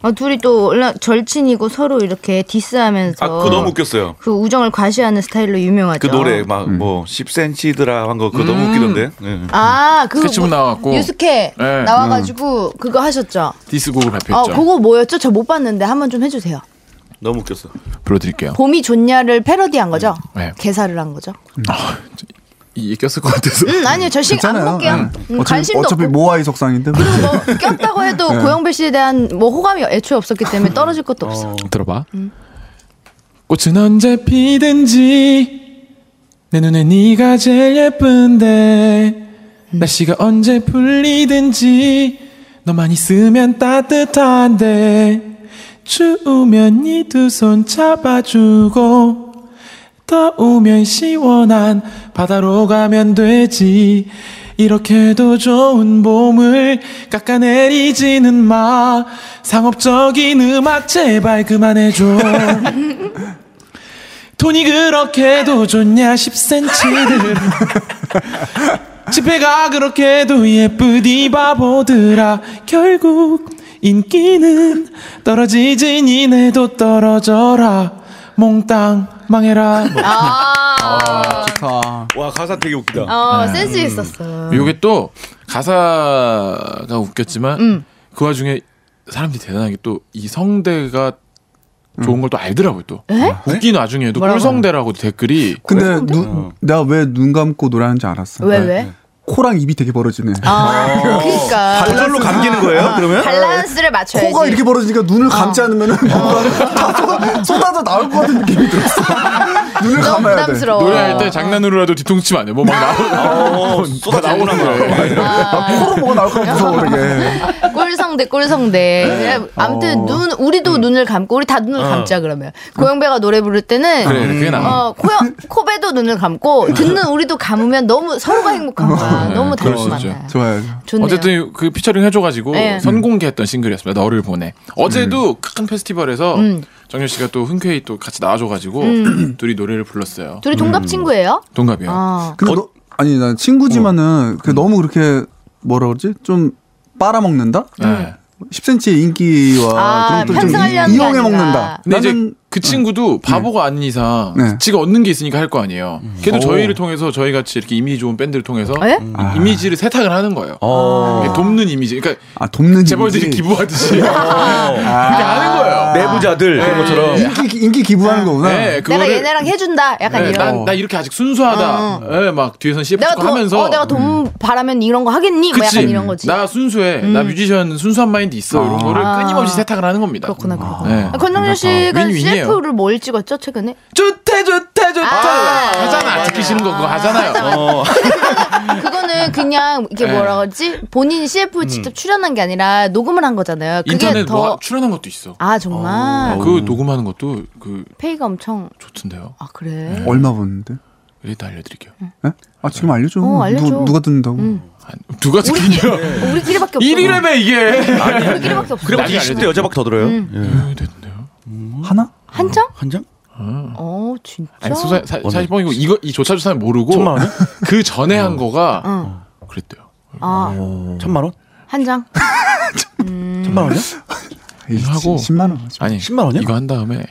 [SPEAKER 3] 아, 둘이 또 원래 절친이고 서로 이렇게 디스하면서
[SPEAKER 5] 아, 그거 너무 웃겼어요.
[SPEAKER 3] 그 우정을 과시하는 스타일로 유명하죠.
[SPEAKER 5] 그 노래 막 뭐 10cm더라 한
[SPEAKER 3] 음.
[SPEAKER 5] 거 그거 너무 웃기던데. 예.
[SPEAKER 3] 아, 그거
[SPEAKER 6] 스케치북 나와갖고.
[SPEAKER 3] 유스케
[SPEAKER 6] 네.
[SPEAKER 3] 나와가지고 그거 하셨죠.
[SPEAKER 6] 디스곡을
[SPEAKER 3] 어,
[SPEAKER 6] 발표했죠.
[SPEAKER 3] 그거 뭐였죠? 저 못 봤는데 한번 좀 해주세요.
[SPEAKER 5] 너무 웃겼어.
[SPEAKER 6] 불러드릴게요.
[SPEAKER 3] 봄이 좋냐를 패러디한 거죠?
[SPEAKER 6] 네.
[SPEAKER 3] 개사를 한 거죠?
[SPEAKER 6] 이게 꼈을 것 같아서.
[SPEAKER 7] 예.
[SPEAKER 3] 음, 아니요, 저 신경 안
[SPEAKER 4] 괜찮아요.
[SPEAKER 3] 볼게요.
[SPEAKER 4] 예.
[SPEAKER 3] 음,
[SPEAKER 4] 어차피,
[SPEAKER 3] 관심도
[SPEAKER 4] 어차피 네.
[SPEAKER 3] 없고.
[SPEAKER 4] 모아이 속상인데. 뭐.
[SPEAKER 3] 그리고 뭐 꼈다고 해도 고영배 씨에 대한 뭐 호감이 애초에 없었기 때문에 떨어질 것도 없어.
[SPEAKER 6] 들어봐. 꽃은 언제 피든지 내 눈에 네가 제일 예쁜데 날씨가 언제 풀리든지 너만 있으면 따뜻한데 추우면 네 두 손 잡아주고 더우면 시원한 바다로 가면 되지 이렇게도 좋은 봄을 깎아내리지는 마 상업적인 음악 제발 그만해줘 돈이 그렇게도 좋냐 10cm들 지폐가 그렇게도 예쁘디 바보들아 결국 인기는 떨어지지 니네도 떨어져라 몽땅 망해라
[SPEAKER 3] 아,
[SPEAKER 4] 아,
[SPEAKER 5] 와 가사 되게 웃기다.
[SPEAKER 3] 어,
[SPEAKER 4] 네.
[SPEAKER 3] 센스
[SPEAKER 4] 음.
[SPEAKER 3] 있었어.
[SPEAKER 6] 요게 또 가사가 웃겼지만
[SPEAKER 3] 음.
[SPEAKER 6] 그 와중에 사람들이 대단하게 또 이 성대가 좋은 걸 또 알더라고요 또 음.
[SPEAKER 3] 에?
[SPEAKER 6] 웃긴 와중에도
[SPEAKER 3] 뭐라고?
[SPEAKER 6] 꿀성대라고 댓글이
[SPEAKER 4] 근데 눈, 내가 왜 눈 감고 노래하는지 알았어.
[SPEAKER 3] 왜 왜?
[SPEAKER 4] 코랑 입이 되게 네. 벌어지네.
[SPEAKER 3] 아, 그러니까
[SPEAKER 5] 반절로 감기는 거예요? 그러면?
[SPEAKER 3] 밸런스를 맞춰야지.
[SPEAKER 4] 코가 이렇게 벌어지니까 눈을
[SPEAKER 3] 아.
[SPEAKER 4] 감지 않으면 뭔가 다 쏟아, 쏟아져 나올 것 같은 느낌이 들었어. 눈을
[SPEAKER 3] 너무
[SPEAKER 4] 감아야 돼.
[SPEAKER 3] 부담스러워.
[SPEAKER 6] 노래할 때 장난으로라도 뒤통수 치면 안돼뭐 막 나오고 다
[SPEAKER 5] 어, 쏟아지고
[SPEAKER 6] 나오는 거예요
[SPEAKER 4] 코로 뭐가 나올까 봐
[SPEAKER 3] 아.
[SPEAKER 4] 무서워 이게.
[SPEAKER 3] 꼴성대 꼴성대.
[SPEAKER 4] 네. 어.
[SPEAKER 3] 아무튼 눈 우리도
[SPEAKER 4] 음.
[SPEAKER 3] 눈을 감고 우리 다 눈을 감자 그러면. 고영배가 노래 부를 때는
[SPEAKER 6] 그래 그게 나아
[SPEAKER 3] 어, 코영, 코베도 눈을 감고 듣는 우리도 감으면 너무 서로가 행복한 거야. 너무
[SPEAKER 6] 음, 그럴
[SPEAKER 3] 다른
[SPEAKER 6] 수 있죠.
[SPEAKER 3] 만나요.
[SPEAKER 4] 좋아요.
[SPEAKER 3] 좋네요.
[SPEAKER 6] 어쨌든 그 피처링 해줘가지고
[SPEAKER 3] 네.
[SPEAKER 6] 선공개했던 싱글이었습니다. 너를 보내. 어제도 큰 페스티벌에서
[SPEAKER 3] 음.
[SPEAKER 6] 정현 씨가 또 흔쾌히 또 같이 나와줘가지고 둘이 노래를 불렀어요.
[SPEAKER 3] 둘이 동갑 친구예요?
[SPEAKER 6] 동갑이요.
[SPEAKER 3] 아.
[SPEAKER 4] 근데 너, 아니 난 친구지만은 그 너무 그렇게 뭐라 그러지? 좀 빨아먹는다?
[SPEAKER 6] 네.
[SPEAKER 4] 10cm의 인기와
[SPEAKER 3] 아,
[SPEAKER 4] 그런 것들 좀
[SPEAKER 3] 편승하려는 게
[SPEAKER 4] 이용해
[SPEAKER 3] 아니라.
[SPEAKER 4] 먹는다.
[SPEAKER 6] 근데 이제
[SPEAKER 4] 나는-
[SPEAKER 6] 그 친구도 바보가 아닌 이상
[SPEAKER 4] 네.
[SPEAKER 6] 지가 얻는 게 있으니까 할 거 아니에요. 걔도 저희를 통해서 저희 같이 이렇게 이미지 좋은 밴드를 통해서 아.
[SPEAKER 3] 예?
[SPEAKER 6] 이- 이미지를 세탁을 하는 거예요. 이렇게 돕는 이미지. 그러니까
[SPEAKER 4] 아 돕는
[SPEAKER 6] 재벌들이
[SPEAKER 4] 이미지.
[SPEAKER 6] 기부하듯이 그렇게 하는
[SPEAKER 5] 아.
[SPEAKER 6] 거예요.
[SPEAKER 5] 내부자들 그런 것처럼.
[SPEAKER 4] 인기 인기 기부하는 거구나.
[SPEAKER 6] 네, 그거를
[SPEAKER 3] 내가 얘네랑 해준다. 약간
[SPEAKER 6] 네,
[SPEAKER 3] 이런. 어.
[SPEAKER 6] 난, 나 이렇게 아직 순수하다. 예, 막 뒤에선 CF
[SPEAKER 3] 내가
[SPEAKER 6] 찍고
[SPEAKER 3] 돈,
[SPEAKER 6] 하면서. 음.
[SPEAKER 3] 어, 내가 돈 바라면 이런 거 하겠니? 뭐
[SPEAKER 6] 그치.
[SPEAKER 3] 약간 이런 거지. 음.
[SPEAKER 6] 나 순수해. 나 뮤지션 순수한 마인드 있어. 이런 거를 끊임없이 세탁을 하는 겁니다.
[SPEAKER 3] 그렇구나, 그렇구나.
[SPEAKER 6] 네.
[SPEAKER 3] 아, 권정열 씨가
[SPEAKER 6] 윈윈이에요.
[SPEAKER 3] CF를 뭘 찍었죠, 최근에?
[SPEAKER 6] 좋대, 좋대, 좋대.
[SPEAKER 3] 아,
[SPEAKER 6] 하잖아.
[SPEAKER 3] 맞아.
[SPEAKER 6] 지키시는 거 그거 하잖아요.
[SPEAKER 5] 어.
[SPEAKER 3] 그거는 그냥 이게
[SPEAKER 6] 네. 음.
[SPEAKER 3] 뭐라 그러지? 본인이 CF 직접 출연한 게 아니라 녹음을 한 거잖아요. 그게
[SPEAKER 6] 인터넷
[SPEAKER 3] 더.
[SPEAKER 6] 뭐 출연한 것도 있어.
[SPEAKER 3] 아, 정말.
[SPEAKER 6] 그 녹음하는 것도 그
[SPEAKER 3] 페이가 엄청.
[SPEAKER 6] 좋던데요.
[SPEAKER 3] 아,
[SPEAKER 5] 네.
[SPEAKER 3] 그래.
[SPEAKER 4] 얼마 버는데?
[SPEAKER 6] 일단 알려드릴게요.
[SPEAKER 4] 예? 아 지금 알려줘.
[SPEAKER 3] 어, 알려줘.
[SPEAKER 4] 누, 누가 듣는다고?
[SPEAKER 6] 한- 누가 지키냐?
[SPEAKER 3] 우리, 우리끼리밖에 없어.
[SPEAKER 6] 1위를 매 이게.
[SPEAKER 3] 우리끼리밖에 없어.
[SPEAKER 5] 그리고
[SPEAKER 6] 나중에
[SPEAKER 5] 20대 여자밖에 더 들어요.
[SPEAKER 3] 음.
[SPEAKER 6] 됐네요.
[SPEAKER 4] 하나?
[SPEAKER 3] 한 장?
[SPEAKER 5] 한 장?
[SPEAKER 3] 어, 진짜.
[SPEAKER 6] 아니 소사 사, 사실 뻥이고 이거 이 조차도 사람 모르고 그 전에
[SPEAKER 4] 어.
[SPEAKER 6] 한 거가
[SPEAKER 5] 어.
[SPEAKER 3] 어.
[SPEAKER 6] 그랬대요.
[SPEAKER 3] 아,
[SPEAKER 5] 천만 원?
[SPEAKER 3] 한 장. 아,
[SPEAKER 5] 천만 원이야?
[SPEAKER 4] 에이,
[SPEAKER 6] 하고.
[SPEAKER 4] 10만 예. 원.
[SPEAKER 6] 아니
[SPEAKER 5] 10만 원이야?
[SPEAKER 6] 이거 한 다음에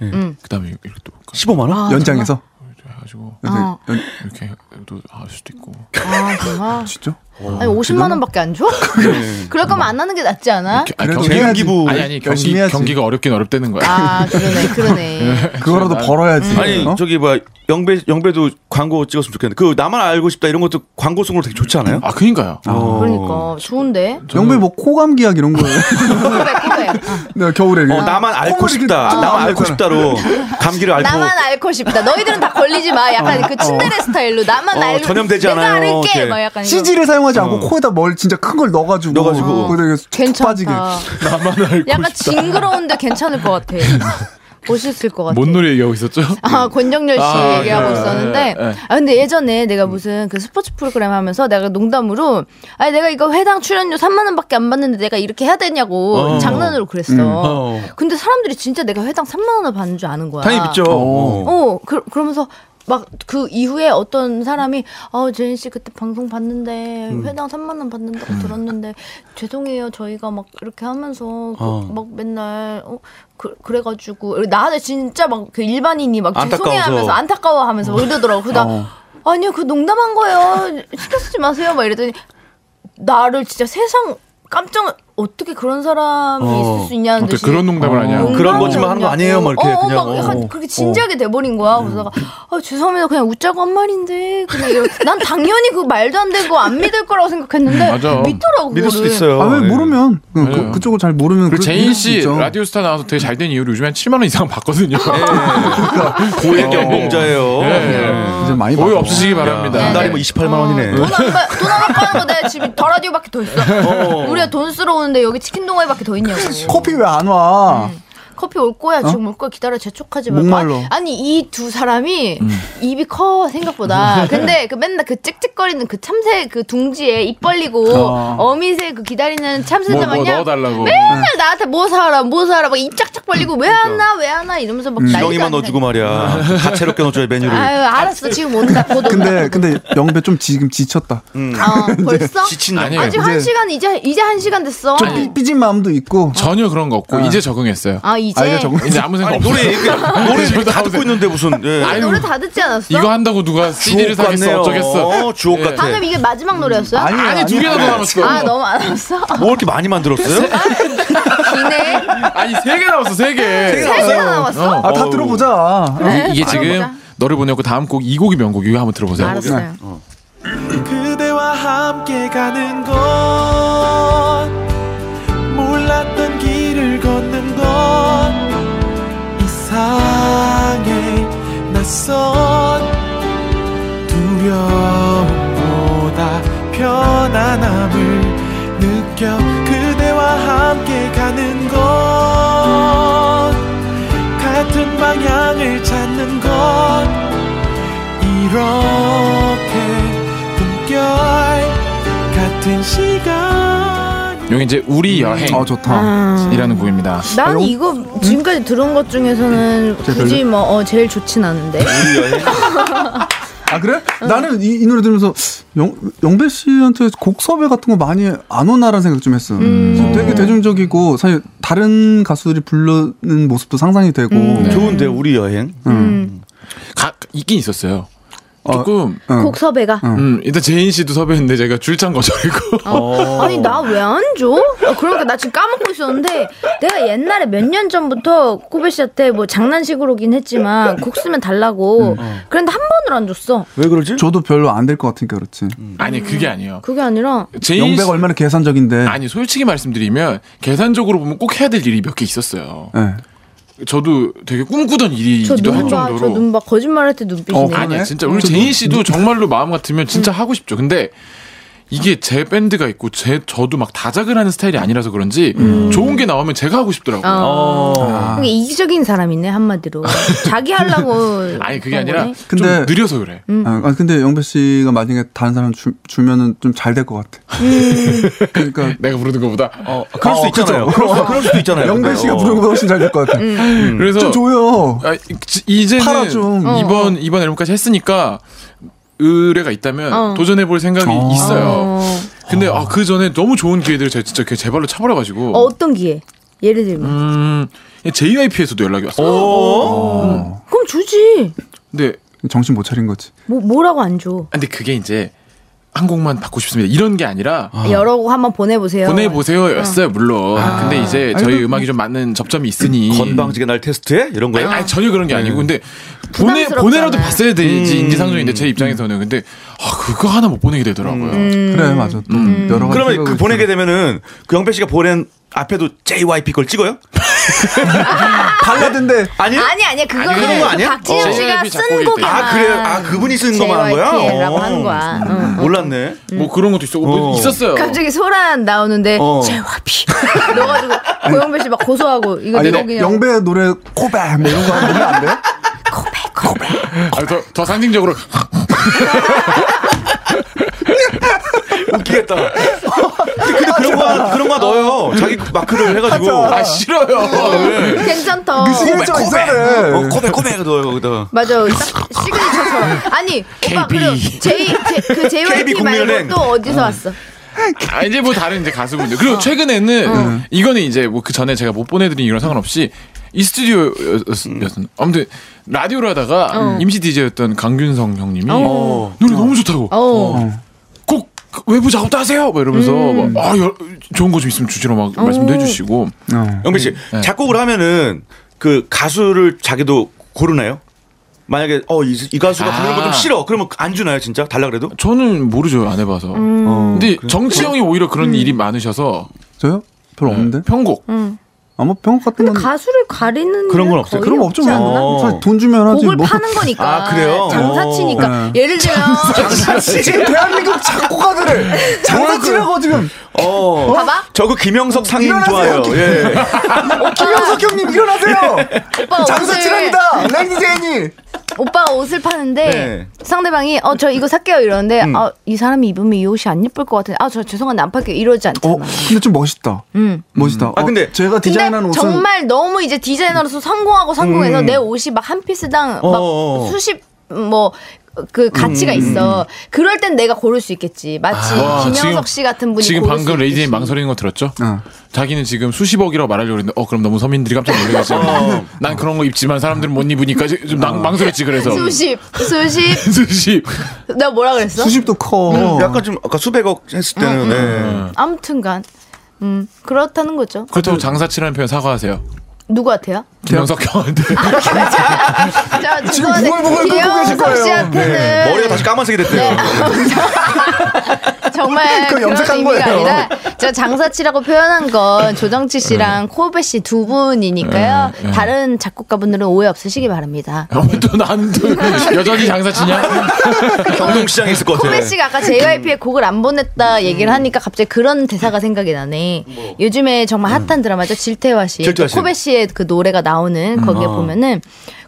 [SPEAKER 6] 그다음에 이렇게 또
[SPEAKER 5] 15만 원?
[SPEAKER 3] 아,
[SPEAKER 4] 연장해서.
[SPEAKER 6] 이렇게 해가지고
[SPEAKER 3] 어.
[SPEAKER 6] 이렇게 또할 수도 있고
[SPEAKER 3] 아, 정말.
[SPEAKER 4] 진짜?
[SPEAKER 5] 어,
[SPEAKER 3] 아니 50만 원밖에 안 줘?
[SPEAKER 5] 네.
[SPEAKER 3] 그럴 거면 안 하는 게 낫지 않아?
[SPEAKER 6] 겨- 아니,
[SPEAKER 4] 그래도
[SPEAKER 6] 경기
[SPEAKER 4] 해야지.
[SPEAKER 5] 기부.
[SPEAKER 6] 아니 아니 경기
[SPEAKER 4] 열심히 해야지.
[SPEAKER 6] 경기가 어렵긴 어렵다는 거야.
[SPEAKER 3] 아 그러네 그러네.
[SPEAKER 4] 그거라도 벌어야지.
[SPEAKER 5] 아니
[SPEAKER 4] 어?
[SPEAKER 5] 저기 뭐 영배 영배도 광고 찍었으면 좋겠는데 그 나만 알고 싶다 이런 것도 광고송으로 되게 좋지 않아요?
[SPEAKER 6] 아 그니까요.
[SPEAKER 5] 어.
[SPEAKER 3] 그러니까 좋은데.
[SPEAKER 4] 영배 뭐 코감기약 이런 거.
[SPEAKER 3] 고백 고백.
[SPEAKER 4] 내가 겨울에.
[SPEAKER 5] 어, 나만 앓고
[SPEAKER 4] 콧물이
[SPEAKER 5] 싶다.
[SPEAKER 4] 이렇게
[SPEAKER 5] 나만 앓고
[SPEAKER 4] 쫙
[SPEAKER 5] 싶다로 감기를 앓고
[SPEAKER 3] 나만 앓고 싶다. 너희들은 다 걸리지 마. 약간 그 친데레 스타일로 나만
[SPEAKER 5] 어,
[SPEAKER 3] 알고
[SPEAKER 5] 전염되지
[SPEAKER 3] 내가
[SPEAKER 5] 않아요.
[SPEAKER 3] 알게
[SPEAKER 5] 이렇게.
[SPEAKER 3] 막 약간 이런.
[SPEAKER 4] CG를 사용하지
[SPEAKER 6] 어.
[SPEAKER 4] 않고 코에다 뭘 진짜 큰 걸 넣어가지고.
[SPEAKER 5] 넣어가지고.
[SPEAKER 4] 거기다 툭 빠지게. 어.
[SPEAKER 3] 괜찮다.
[SPEAKER 6] 나만 알고
[SPEAKER 3] 약간 징그러운데 괜찮을 것 같아. 멋있을 것 같아.
[SPEAKER 6] 뭔 노래 얘기하고 있었죠?
[SPEAKER 3] 아, 권정열 씨
[SPEAKER 6] 아,
[SPEAKER 3] 얘기하고
[SPEAKER 6] 네,
[SPEAKER 3] 있었는데.
[SPEAKER 6] 네, 네.
[SPEAKER 3] 아, 근데 예전에 내가 무슨 그 스포츠 프로그램 하면서 내가 농담으로, 아니, 내가 이거 회당 출연료 3만원 밖에 안 받는데 내가 이렇게 해야 되냐고 장난으로 그랬어. 근데 사람들이 진짜 내가 회당 3만원을 받는 줄 아는 거야.
[SPEAKER 5] 당연히 믿죠.
[SPEAKER 6] 어.
[SPEAKER 3] 어, 그, 그러면서 막 그 이후에 어떤 사람이 아 제인 씨 그때 방송 봤는데
[SPEAKER 6] 음.
[SPEAKER 3] 회당 3만 원 받는다고 들었는데 죄송해요 저희가 막 이렇게 하면서 그
[SPEAKER 5] 어.
[SPEAKER 3] 막 맨날 어 그, 그래가지고 나한테 진짜 막 그 일반인이 막
[SPEAKER 5] 안타까워서.
[SPEAKER 3] 죄송해하면서 안타까워하면서 막 이러더라고. 그다
[SPEAKER 6] 어.
[SPEAKER 3] 아니요 그 농담한 거예요 신경 쓰지 마세요 막 이랬더니 나를 진짜 세상 깜짝 어떻게 그런 사람이
[SPEAKER 5] 어.
[SPEAKER 3] 있을 수 있냐는
[SPEAKER 6] 어떻게
[SPEAKER 3] 듯이
[SPEAKER 6] 그런 농담을 하냐.
[SPEAKER 5] 농담. 그런 거짓말 하는 거 아니에요? 막 이렇게
[SPEAKER 3] 음. 어, 어,
[SPEAKER 5] 그냥,
[SPEAKER 3] 막 약간
[SPEAKER 5] 어. 음.
[SPEAKER 3] 그렇게 진지하게 돼버린 거야. 그래서 내가 아, 죄송합니다. 그냥 웃자고 한 말인데 그냥 이러- 난 당연히 그 말도 안 되고 안 믿을 거라고 생각했는데
[SPEAKER 6] 음, 맞아.
[SPEAKER 3] 믿더라고
[SPEAKER 5] 믿을 수도
[SPEAKER 3] 그거를.
[SPEAKER 5] 있어요.
[SPEAKER 4] 아 왜
[SPEAKER 5] 예.
[SPEAKER 4] 모르면 그,
[SPEAKER 6] 맞아요.
[SPEAKER 4] 쪽을잘 모르면
[SPEAKER 6] 그리고
[SPEAKER 4] 그럴 수도
[SPEAKER 6] 제인 씨
[SPEAKER 4] 있죠.
[SPEAKER 6] 라디오스타 나와서 되게 잘 된 이유로 요즘에 7만 원 이상 받거든요.
[SPEAKER 5] 예, 고액 연봉자예요.
[SPEAKER 4] 이제 많이
[SPEAKER 6] 오해
[SPEAKER 4] 봐봐.
[SPEAKER 6] 없으시기 바랍니다.
[SPEAKER 5] 네. 한뭐 달이면
[SPEAKER 3] 네.
[SPEAKER 5] 28만 원이네.
[SPEAKER 3] 돈 안, 빠, 돈안 빠는 거내 집이 더 라디오밖에 더 있어. 우리가 돈 쓰러 오는데 여기 치킨 동아리밖에 더 있냐고.
[SPEAKER 4] 커피 왜 안 와?
[SPEAKER 3] 음. 커피 올
[SPEAKER 5] 어?
[SPEAKER 3] 거야 지금 올 거야 기다려 재촉하지 말고
[SPEAKER 4] 목말라.
[SPEAKER 3] 아니, 아니 이 두 사람이
[SPEAKER 5] 음.
[SPEAKER 3] 입이 커 생각보다 근데 그 맨날 그 찍찍거리는 그 참새 그 둥지에 입 벌리고 어미새 그 기다리는 참새
[SPEAKER 6] 뭐, 뭐
[SPEAKER 3] 마냥
[SPEAKER 6] 넣어달라고.
[SPEAKER 3] 맨날 나한테 뭐 사라 뭐 사라 막 입 쫙쫙 벌리고 왜 안 나 왜 안 나 이러면서 막 난리가
[SPEAKER 5] 그러니까. 지렁이만
[SPEAKER 3] 안
[SPEAKER 5] 넣어주고 뭐 말이야. 다채롭게 넣어줘야 메뉴를.
[SPEAKER 3] 아유 알았어 지금 온다 곧 온다
[SPEAKER 4] 근데 근데 영배 좀 지금 지쳤다.
[SPEAKER 6] 음.
[SPEAKER 3] 어, 벌써
[SPEAKER 5] 지친다.
[SPEAKER 6] 아니에요. 뭐-
[SPEAKER 3] 아직 한 시간 이제 이제 한 시간 됐어
[SPEAKER 4] 좀 삐- 삐진 마음도 있고.
[SPEAKER 6] 전혀 그런 거 없고 이제 적응했어요.
[SPEAKER 3] 아 이제
[SPEAKER 4] 아 이제 정.
[SPEAKER 6] 이제 아무 생각
[SPEAKER 5] 아니,
[SPEAKER 6] 없어요.
[SPEAKER 5] 노래 얘기, 노래 얘기 다 듣고 있는데 무슨. 예.
[SPEAKER 3] 아니, 노래 다 듣지 않았어
[SPEAKER 6] 이거 한다고 누가 CD를
[SPEAKER 5] 주옥
[SPEAKER 6] 사겠어
[SPEAKER 5] 같네요.
[SPEAKER 6] 어쩌겠어.
[SPEAKER 5] 어, 주옥
[SPEAKER 6] 예.
[SPEAKER 5] 같아.
[SPEAKER 3] 방금 이게 마지막 노래였어요
[SPEAKER 4] 아니
[SPEAKER 6] 아니 두 개나 더 남았어.
[SPEAKER 3] 아 너무 안 왔어
[SPEAKER 5] 뭐 이렇게 많이 만들었어요?
[SPEAKER 3] 기네
[SPEAKER 6] 아니 세 개 남았어 세 개.
[SPEAKER 3] 세 개나 남았어
[SPEAKER 6] 어.
[SPEAKER 4] 아다 들어보자.
[SPEAKER 3] 그래,
[SPEAKER 6] 이게 지금
[SPEAKER 3] 네. 들어보자.
[SPEAKER 6] 너를 보내고 다음 곡 이 곡이 명곡 이거 한번 들어보세요.
[SPEAKER 3] 알았어요.
[SPEAKER 7] 그대와 함께 가는 건 몰랐던 길을 걷는 건 이상해 낯선 두려움보다 편안함을 느껴 그대와 함께 가는 건 같은 방향을 찾는 건 이렇게 꿈결 같은 시간
[SPEAKER 6] 여기 이제 우리
[SPEAKER 4] 어
[SPEAKER 6] 여행이라는
[SPEAKER 4] 좋다.
[SPEAKER 6] 곡입니다.
[SPEAKER 4] 네. 어.
[SPEAKER 3] 난 이거 지금까지 들은 것 중에서는 굳이 뭐 어, 제일 좋진 않은데.
[SPEAKER 4] 아 그래? 나는 이, 이 노래 들으면서 영, 영배 씨한테 곡 섭외 같은 거 많이 안 오나라는 생각 좀 했어. 되게 대중적이고 사실 다른 가수들이 부르는 모습도 상상이 되고.
[SPEAKER 5] 좋은데 우리 여행.
[SPEAKER 3] 음.
[SPEAKER 6] 가, 있긴 있었어요.
[SPEAKER 4] 어.
[SPEAKER 6] 조금
[SPEAKER 4] 응.
[SPEAKER 3] 곡 섭외가.
[SPEAKER 6] 음, 일단 제인 씨도 섭외했는데 제가 줄찬 거절이고
[SPEAKER 3] 어. 아니 나 왜 안 줘? 아, 그러니까 나 지금 까먹고 있었는데 내가 옛날에 몇 년 전부터 코베 씨한테 뭐 장난식으로긴 했지만 곡 쓰면 달라고.
[SPEAKER 6] 어.
[SPEAKER 3] 그런데 한 번을 안 줬어.
[SPEAKER 5] 왜 그러지?
[SPEAKER 4] 저도 별로 안 될 것 같으니까 그렇지.
[SPEAKER 5] 음.
[SPEAKER 6] 아니 그게 아니에요.
[SPEAKER 3] 그게 아니라
[SPEAKER 6] 제인 씨
[SPEAKER 4] 음. 영배가 얼마나 계산적인데.
[SPEAKER 6] 아니 솔직히 말씀드리면 계산적으로 보면 꼭 해야 될 일이 몇 개 있었어요.
[SPEAKER 4] 예.
[SPEAKER 6] 저도 되게 꿈꾸던
[SPEAKER 3] 저
[SPEAKER 6] 일이기도 할
[SPEAKER 3] 눈봐, 저
[SPEAKER 6] 정도로
[SPEAKER 3] 눈봐 거짓말할 때 눈빛이네.
[SPEAKER 4] 어, 그러네.
[SPEAKER 6] 아니야 진짜 우리 제인 씨도 정말로 마음 같으면 진짜 하고 싶죠. 근데 이게 제 밴드가 있고 제 저도 막 다작을 하는 스타일이 아니라서 그런지 좋은 게 나오면 제가 하고 싶더라고요.
[SPEAKER 3] 어. 그게 이기적인 사람이네 한마디로. 자기 하려고.
[SPEAKER 6] 아니 그게
[SPEAKER 3] 그런
[SPEAKER 6] 아니라
[SPEAKER 3] 거네.
[SPEAKER 4] 근데-
[SPEAKER 6] 좀 느려서 그래.
[SPEAKER 4] 아, 아, 근데 영배 씨가 만약에 다른 사람 주, 주면은 좀 잘 될 것 같아. 그러니까
[SPEAKER 6] 내가 부르는 것보다.
[SPEAKER 5] 어, 그럴 수
[SPEAKER 4] 어,
[SPEAKER 5] 있잖아요.
[SPEAKER 4] 그죠.
[SPEAKER 5] 그럴 수, 그럴 수도 있잖아요. 어.
[SPEAKER 4] 영배
[SPEAKER 5] 근데.
[SPEAKER 4] 씨가
[SPEAKER 5] 어.
[SPEAKER 4] 부르는 것보다 훨씬 잘 될 것 같아.
[SPEAKER 6] 그래서
[SPEAKER 4] 좀 줘요.
[SPEAKER 6] 아, 지- 이제는
[SPEAKER 4] 팔아 좀.
[SPEAKER 3] 어,
[SPEAKER 6] 이번 이번 앨범까지 했으니까 의뢰가 있다면
[SPEAKER 3] 어.
[SPEAKER 6] 도전해볼 생각이
[SPEAKER 4] 어.
[SPEAKER 6] 있어요.
[SPEAKER 3] 어.
[SPEAKER 6] 근데 아, 그 전에 너무 좋은 기회들을 제가 진짜 제 발로 차버려가지고
[SPEAKER 3] 어, 어떤 기회? 예를 들면.
[SPEAKER 6] 음, JYP에서도 연락이 왔어.
[SPEAKER 3] 그럼 주지.
[SPEAKER 6] 근데 아,
[SPEAKER 4] 정신 못 차린 거지.
[SPEAKER 3] 뭐 뭐라고 안 줘.
[SPEAKER 6] 근데 그게 이제 한 곡만 받고 싶습니다. 이런 게 아니라
[SPEAKER 3] 여러 곡 한번 보내보세요.
[SPEAKER 6] 보내보세요였어요 물론. 근데 이제 저희 음악이 좀 맞는 접점이 있으니
[SPEAKER 5] 건방지게 날 테스트해? 이런
[SPEAKER 6] 아니,
[SPEAKER 5] 거예요?
[SPEAKER 6] 아니, 전혀 그런 게 아니고 근데 보내
[SPEAKER 3] 부담스럽잖아요.
[SPEAKER 6] 보내라도 봤어야 되지 인지상정인데 제 입장에서는 근데 아 그거 하나 못 보내게 되더라고요.
[SPEAKER 3] 음.
[SPEAKER 4] 그래 맞아. 또 여러 가지
[SPEAKER 5] 그러면 그
[SPEAKER 4] 생각을
[SPEAKER 5] 보내게 되면은 그 영배 씨가 보낸 앞에도 JYP 걸 찍어요?
[SPEAKER 4] 발라드인데
[SPEAKER 5] 예? 아니요?
[SPEAKER 3] 아니 아니야 그거는
[SPEAKER 5] 아니, 그런 거 아니야?
[SPEAKER 3] 박진영
[SPEAKER 6] 어.
[SPEAKER 3] 씨가
[SPEAKER 6] JYP
[SPEAKER 3] 쓴
[SPEAKER 6] 작곡일 때.
[SPEAKER 3] 곡이야.
[SPEAKER 5] 아, 그래요? 아, 그분이 쓴 거만 한 거야?
[SPEAKER 3] 라고
[SPEAKER 5] 어.
[SPEAKER 3] 하는 거야. 응.
[SPEAKER 5] 몰랐네.
[SPEAKER 6] 뭐 그런 것도 있었고 뭐
[SPEAKER 5] 어.
[SPEAKER 6] 있었어요.
[SPEAKER 3] 갑자기 소란 나오는데
[SPEAKER 5] 어.
[SPEAKER 3] 제와피 넣어가지고 고영배 씨 막 고소하고 이거
[SPEAKER 4] 아니
[SPEAKER 3] 내 곡이냐고.
[SPEAKER 4] 영배 노래 코백 뭐 이런 거 하면 안 돼?
[SPEAKER 6] 아, 더, 더 상징적으로
[SPEAKER 5] 웃기겠다. 근데 그런 거 그런 거 넣어요. 자기 마크를 해가지고.
[SPEAKER 6] 아 싫어요.
[SPEAKER 3] 괜찮다.
[SPEAKER 4] 시그니처가 이상해.
[SPEAKER 5] 어, 코베 코베 넣어요 거기다가.
[SPEAKER 3] 맞아. 딱 시그니처처럼. 아니, 오빠, 그리고 제이, 제, 그 JYP
[SPEAKER 5] 국민은행.
[SPEAKER 3] 말고 또 어디서 왔어?
[SPEAKER 6] 아, 이제 뭐 다른 이제 가수분들. 그리고 최근에는
[SPEAKER 3] 어.
[SPEAKER 6] 이거는 이제 뭐 그 전에 제가 못 보내드린 이런 상관없이 이 스튜디오였던 아무튼 라디오를 하다가
[SPEAKER 3] 어.
[SPEAKER 6] 임시 DJ였던 강균성 형님이
[SPEAKER 5] 어.
[SPEAKER 6] 노래 너무 좋다고
[SPEAKER 3] 어.
[SPEAKER 6] 꼭그 외부 작업도 하세요. 막 이러면서
[SPEAKER 3] 음.
[SPEAKER 6] 막, 아 여- 좋은 거 좀 있으면 주시로 막
[SPEAKER 3] 어.
[SPEAKER 6] 말씀도 해주시고
[SPEAKER 5] 영빈 씨
[SPEAKER 3] 네.
[SPEAKER 5] 작곡을 하면은 그 가수를 자기도 고르나요? 만약에 어이 이 가수가 부르는 거 좀
[SPEAKER 6] 아.
[SPEAKER 5] 싫어. 그러면 안 주나요 진짜 달라 그래도?
[SPEAKER 6] 저는 모르죠 안 해봐서.
[SPEAKER 3] 음.
[SPEAKER 6] 근데 정치 형이 오히려 그런 일이 많으셔서
[SPEAKER 4] 저요?
[SPEAKER 6] 네.
[SPEAKER 4] 별로 없는데?
[SPEAKER 6] 편곡.
[SPEAKER 4] 아마 병원 같은
[SPEAKER 9] 근데
[SPEAKER 4] 건 네,
[SPEAKER 9] 가수를 가리는
[SPEAKER 5] 그런 건
[SPEAKER 9] 일
[SPEAKER 5] 없어요.
[SPEAKER 9] 거의
[SPEAKER 4] 그런 거 없죠. 뭐.
[SPEAKER 9] 없지 않나?
[SPEAKER 5] 어.
[SPEAKER 4] 사실 돈 주면 하지.
[SPEAKER 3] 곡을
[SPEAKER 4] 뭐.
[SPEAKER 3] 파는 거니까.
[SPEAKER 5] 아, 그래요?
[SPEAKER 3] 장사치니까.
[SPEAKER 4] 어.
[SPEAKER 3] 예를 들면
[SPEAKER 4] 지금 대한민국 작곡가들을 장사치라고 지금
[SPEAKER 5] 어.
[SPEAKER 3] 봐봐.
[SPEAKER 5] 저거 김영석 상인 좋아요. 예.
[SPEAKER 4] 김영석 형님 일어나세요.
[SPEAKER 3] 오빠 옷을
[SPEAKER 4] 장사치랍니다. 랭디제니.
[SPEAKER 3] 오빠가 옷을 파는데
[SPEAKER 5] 네.
[SPEAKER 3] 상대방이 어 저 이거 살게요 이러는데
[SPEAKER 4] 음.
[SPEAKER 3] 아, 이 사람이 입으면 이 옷이 안 예쁠 것 같은데 아 저 죄송한데 안 팔게요 이러지 않잖아.
[SPEAKER 4] 어, 근데 좀 멋있다.
[SPEAKER 3] 음.
[SPEAKER 4] 멋있다.
[SPEAKER 5] 아,
[SPEAKER 4] 어,
[SPEAKER 5] 근데-
[SPEAKER 4] 제가
[SPEAKER 3] 근데
[SPEAKER 4] 디자인한 옷은 음.
[SPEAKER 3] 정말 너무 이제 디자이너로서 성공하고 성공해서 내 옷이 막 한 피스당 막
[SPEAKER 5] 어어어.
[SPEAKER 3] 수십 뭐 그 가치가
[SPEAKER 4] 음,
[SPEAKER 3] 있어. 그럴 땐 내가 고를 수 있겠지. 마치
[SPEAKER 4] 아,
[SPEAKER 6] 와, 아, 지금-
[SPEAKER 3] 김영석 씨 같은 분이
[SPEAKER 6] 지금
[SPEAKER 3] 고를 수
[SPEAKER 6] 방금 레이디님
[SPEAKER 3] 있겠지.
[SPEAKER 6] 망설이는 거 들었죠?
[SPEAKER 4] 어.
[SPEAKER 6] 자기는 지금 수십억이라고 말하려고 했는데 어 그럼 너무 서민들이 깜짝 놀라겠지.
[SPEAKER 4] 어.
[SPEAKER 6] 난 그런 거 입지만 사람들은 못 입으니까 좀 낭- 망설였지 그래서.
[SPEAKER 3] 수십 수십
[SPEAKER 6] 수십.
[SPEAKER 3] 내가 뭐라 그랬어? 음,
[SPEAKER 4] 수십도 커.
[SPEAKER 5] 음, 약간 좀 아까 수백억 했을 때는 네.
[SPEAKER 3] 아무튼간 음 그렇다는 거죠.
[SPEAKER 6] 그렇다고 장사치라는 표현 사과하세요.
[SPEAKER 3] 누구한테요?
[SPEAKER 6] 김영석 형한테.
[SPEAKER 3] 자, 죄송한데
[SPEAKER 4] 아, 지금 무글무글 끓고 계실
[SPEAKER 3] 김영석
[SPEAKER 4] 거예요.
[SPEAKER 3] 씨한테는
[SPEAKER 6] 네.
[SPEAKER 5] 머리가 다시 까만색이 됐대요.
[SPEAKER 3] 네. 정말
[SPEAKER 4] 그거
[SPEAKER 3] 그런
[SPEAKER 4] 염색한
[SPEAKER 3] 의미가
[SPEAKER 4] 거예요.
[SPEAKER 3] 아니라 저 장사치라고 표현한 건 조정치
[SPEAKER 4] 네.
[SPEAKER 3] 씨랑 코베 씨 두 분이니까요.
[SPEAKER 6] 네, 네.
[SPEAKER 3] 다른 작곡가분들은 오해 없으시기 바랍니다.
[SPEAKER 6] 아무튼 난또 여전히
[SPEAKER 4] 아,
[SPEAKER 6] 장사치냐?
[SPEAKER 5] 경동시장에 있을 것 같아요.
[SPEAKER 3] 코베 씨가 아까 JYP의
[SPEAKER 5] 음.
[SPEAKER 3] 곡을 안 보냈다 얘기를 하니까 갑자기 그런 대사가 생각이 나네. 요즘에 정말 핫한 드라마죠. 질태화 씨.
[SPEAKER 5] 뭐. 음. 질태화 씨. 음. 어.
[SPEAKER 3] 코베 씨의 그 노래가 나오는 거기에 보면은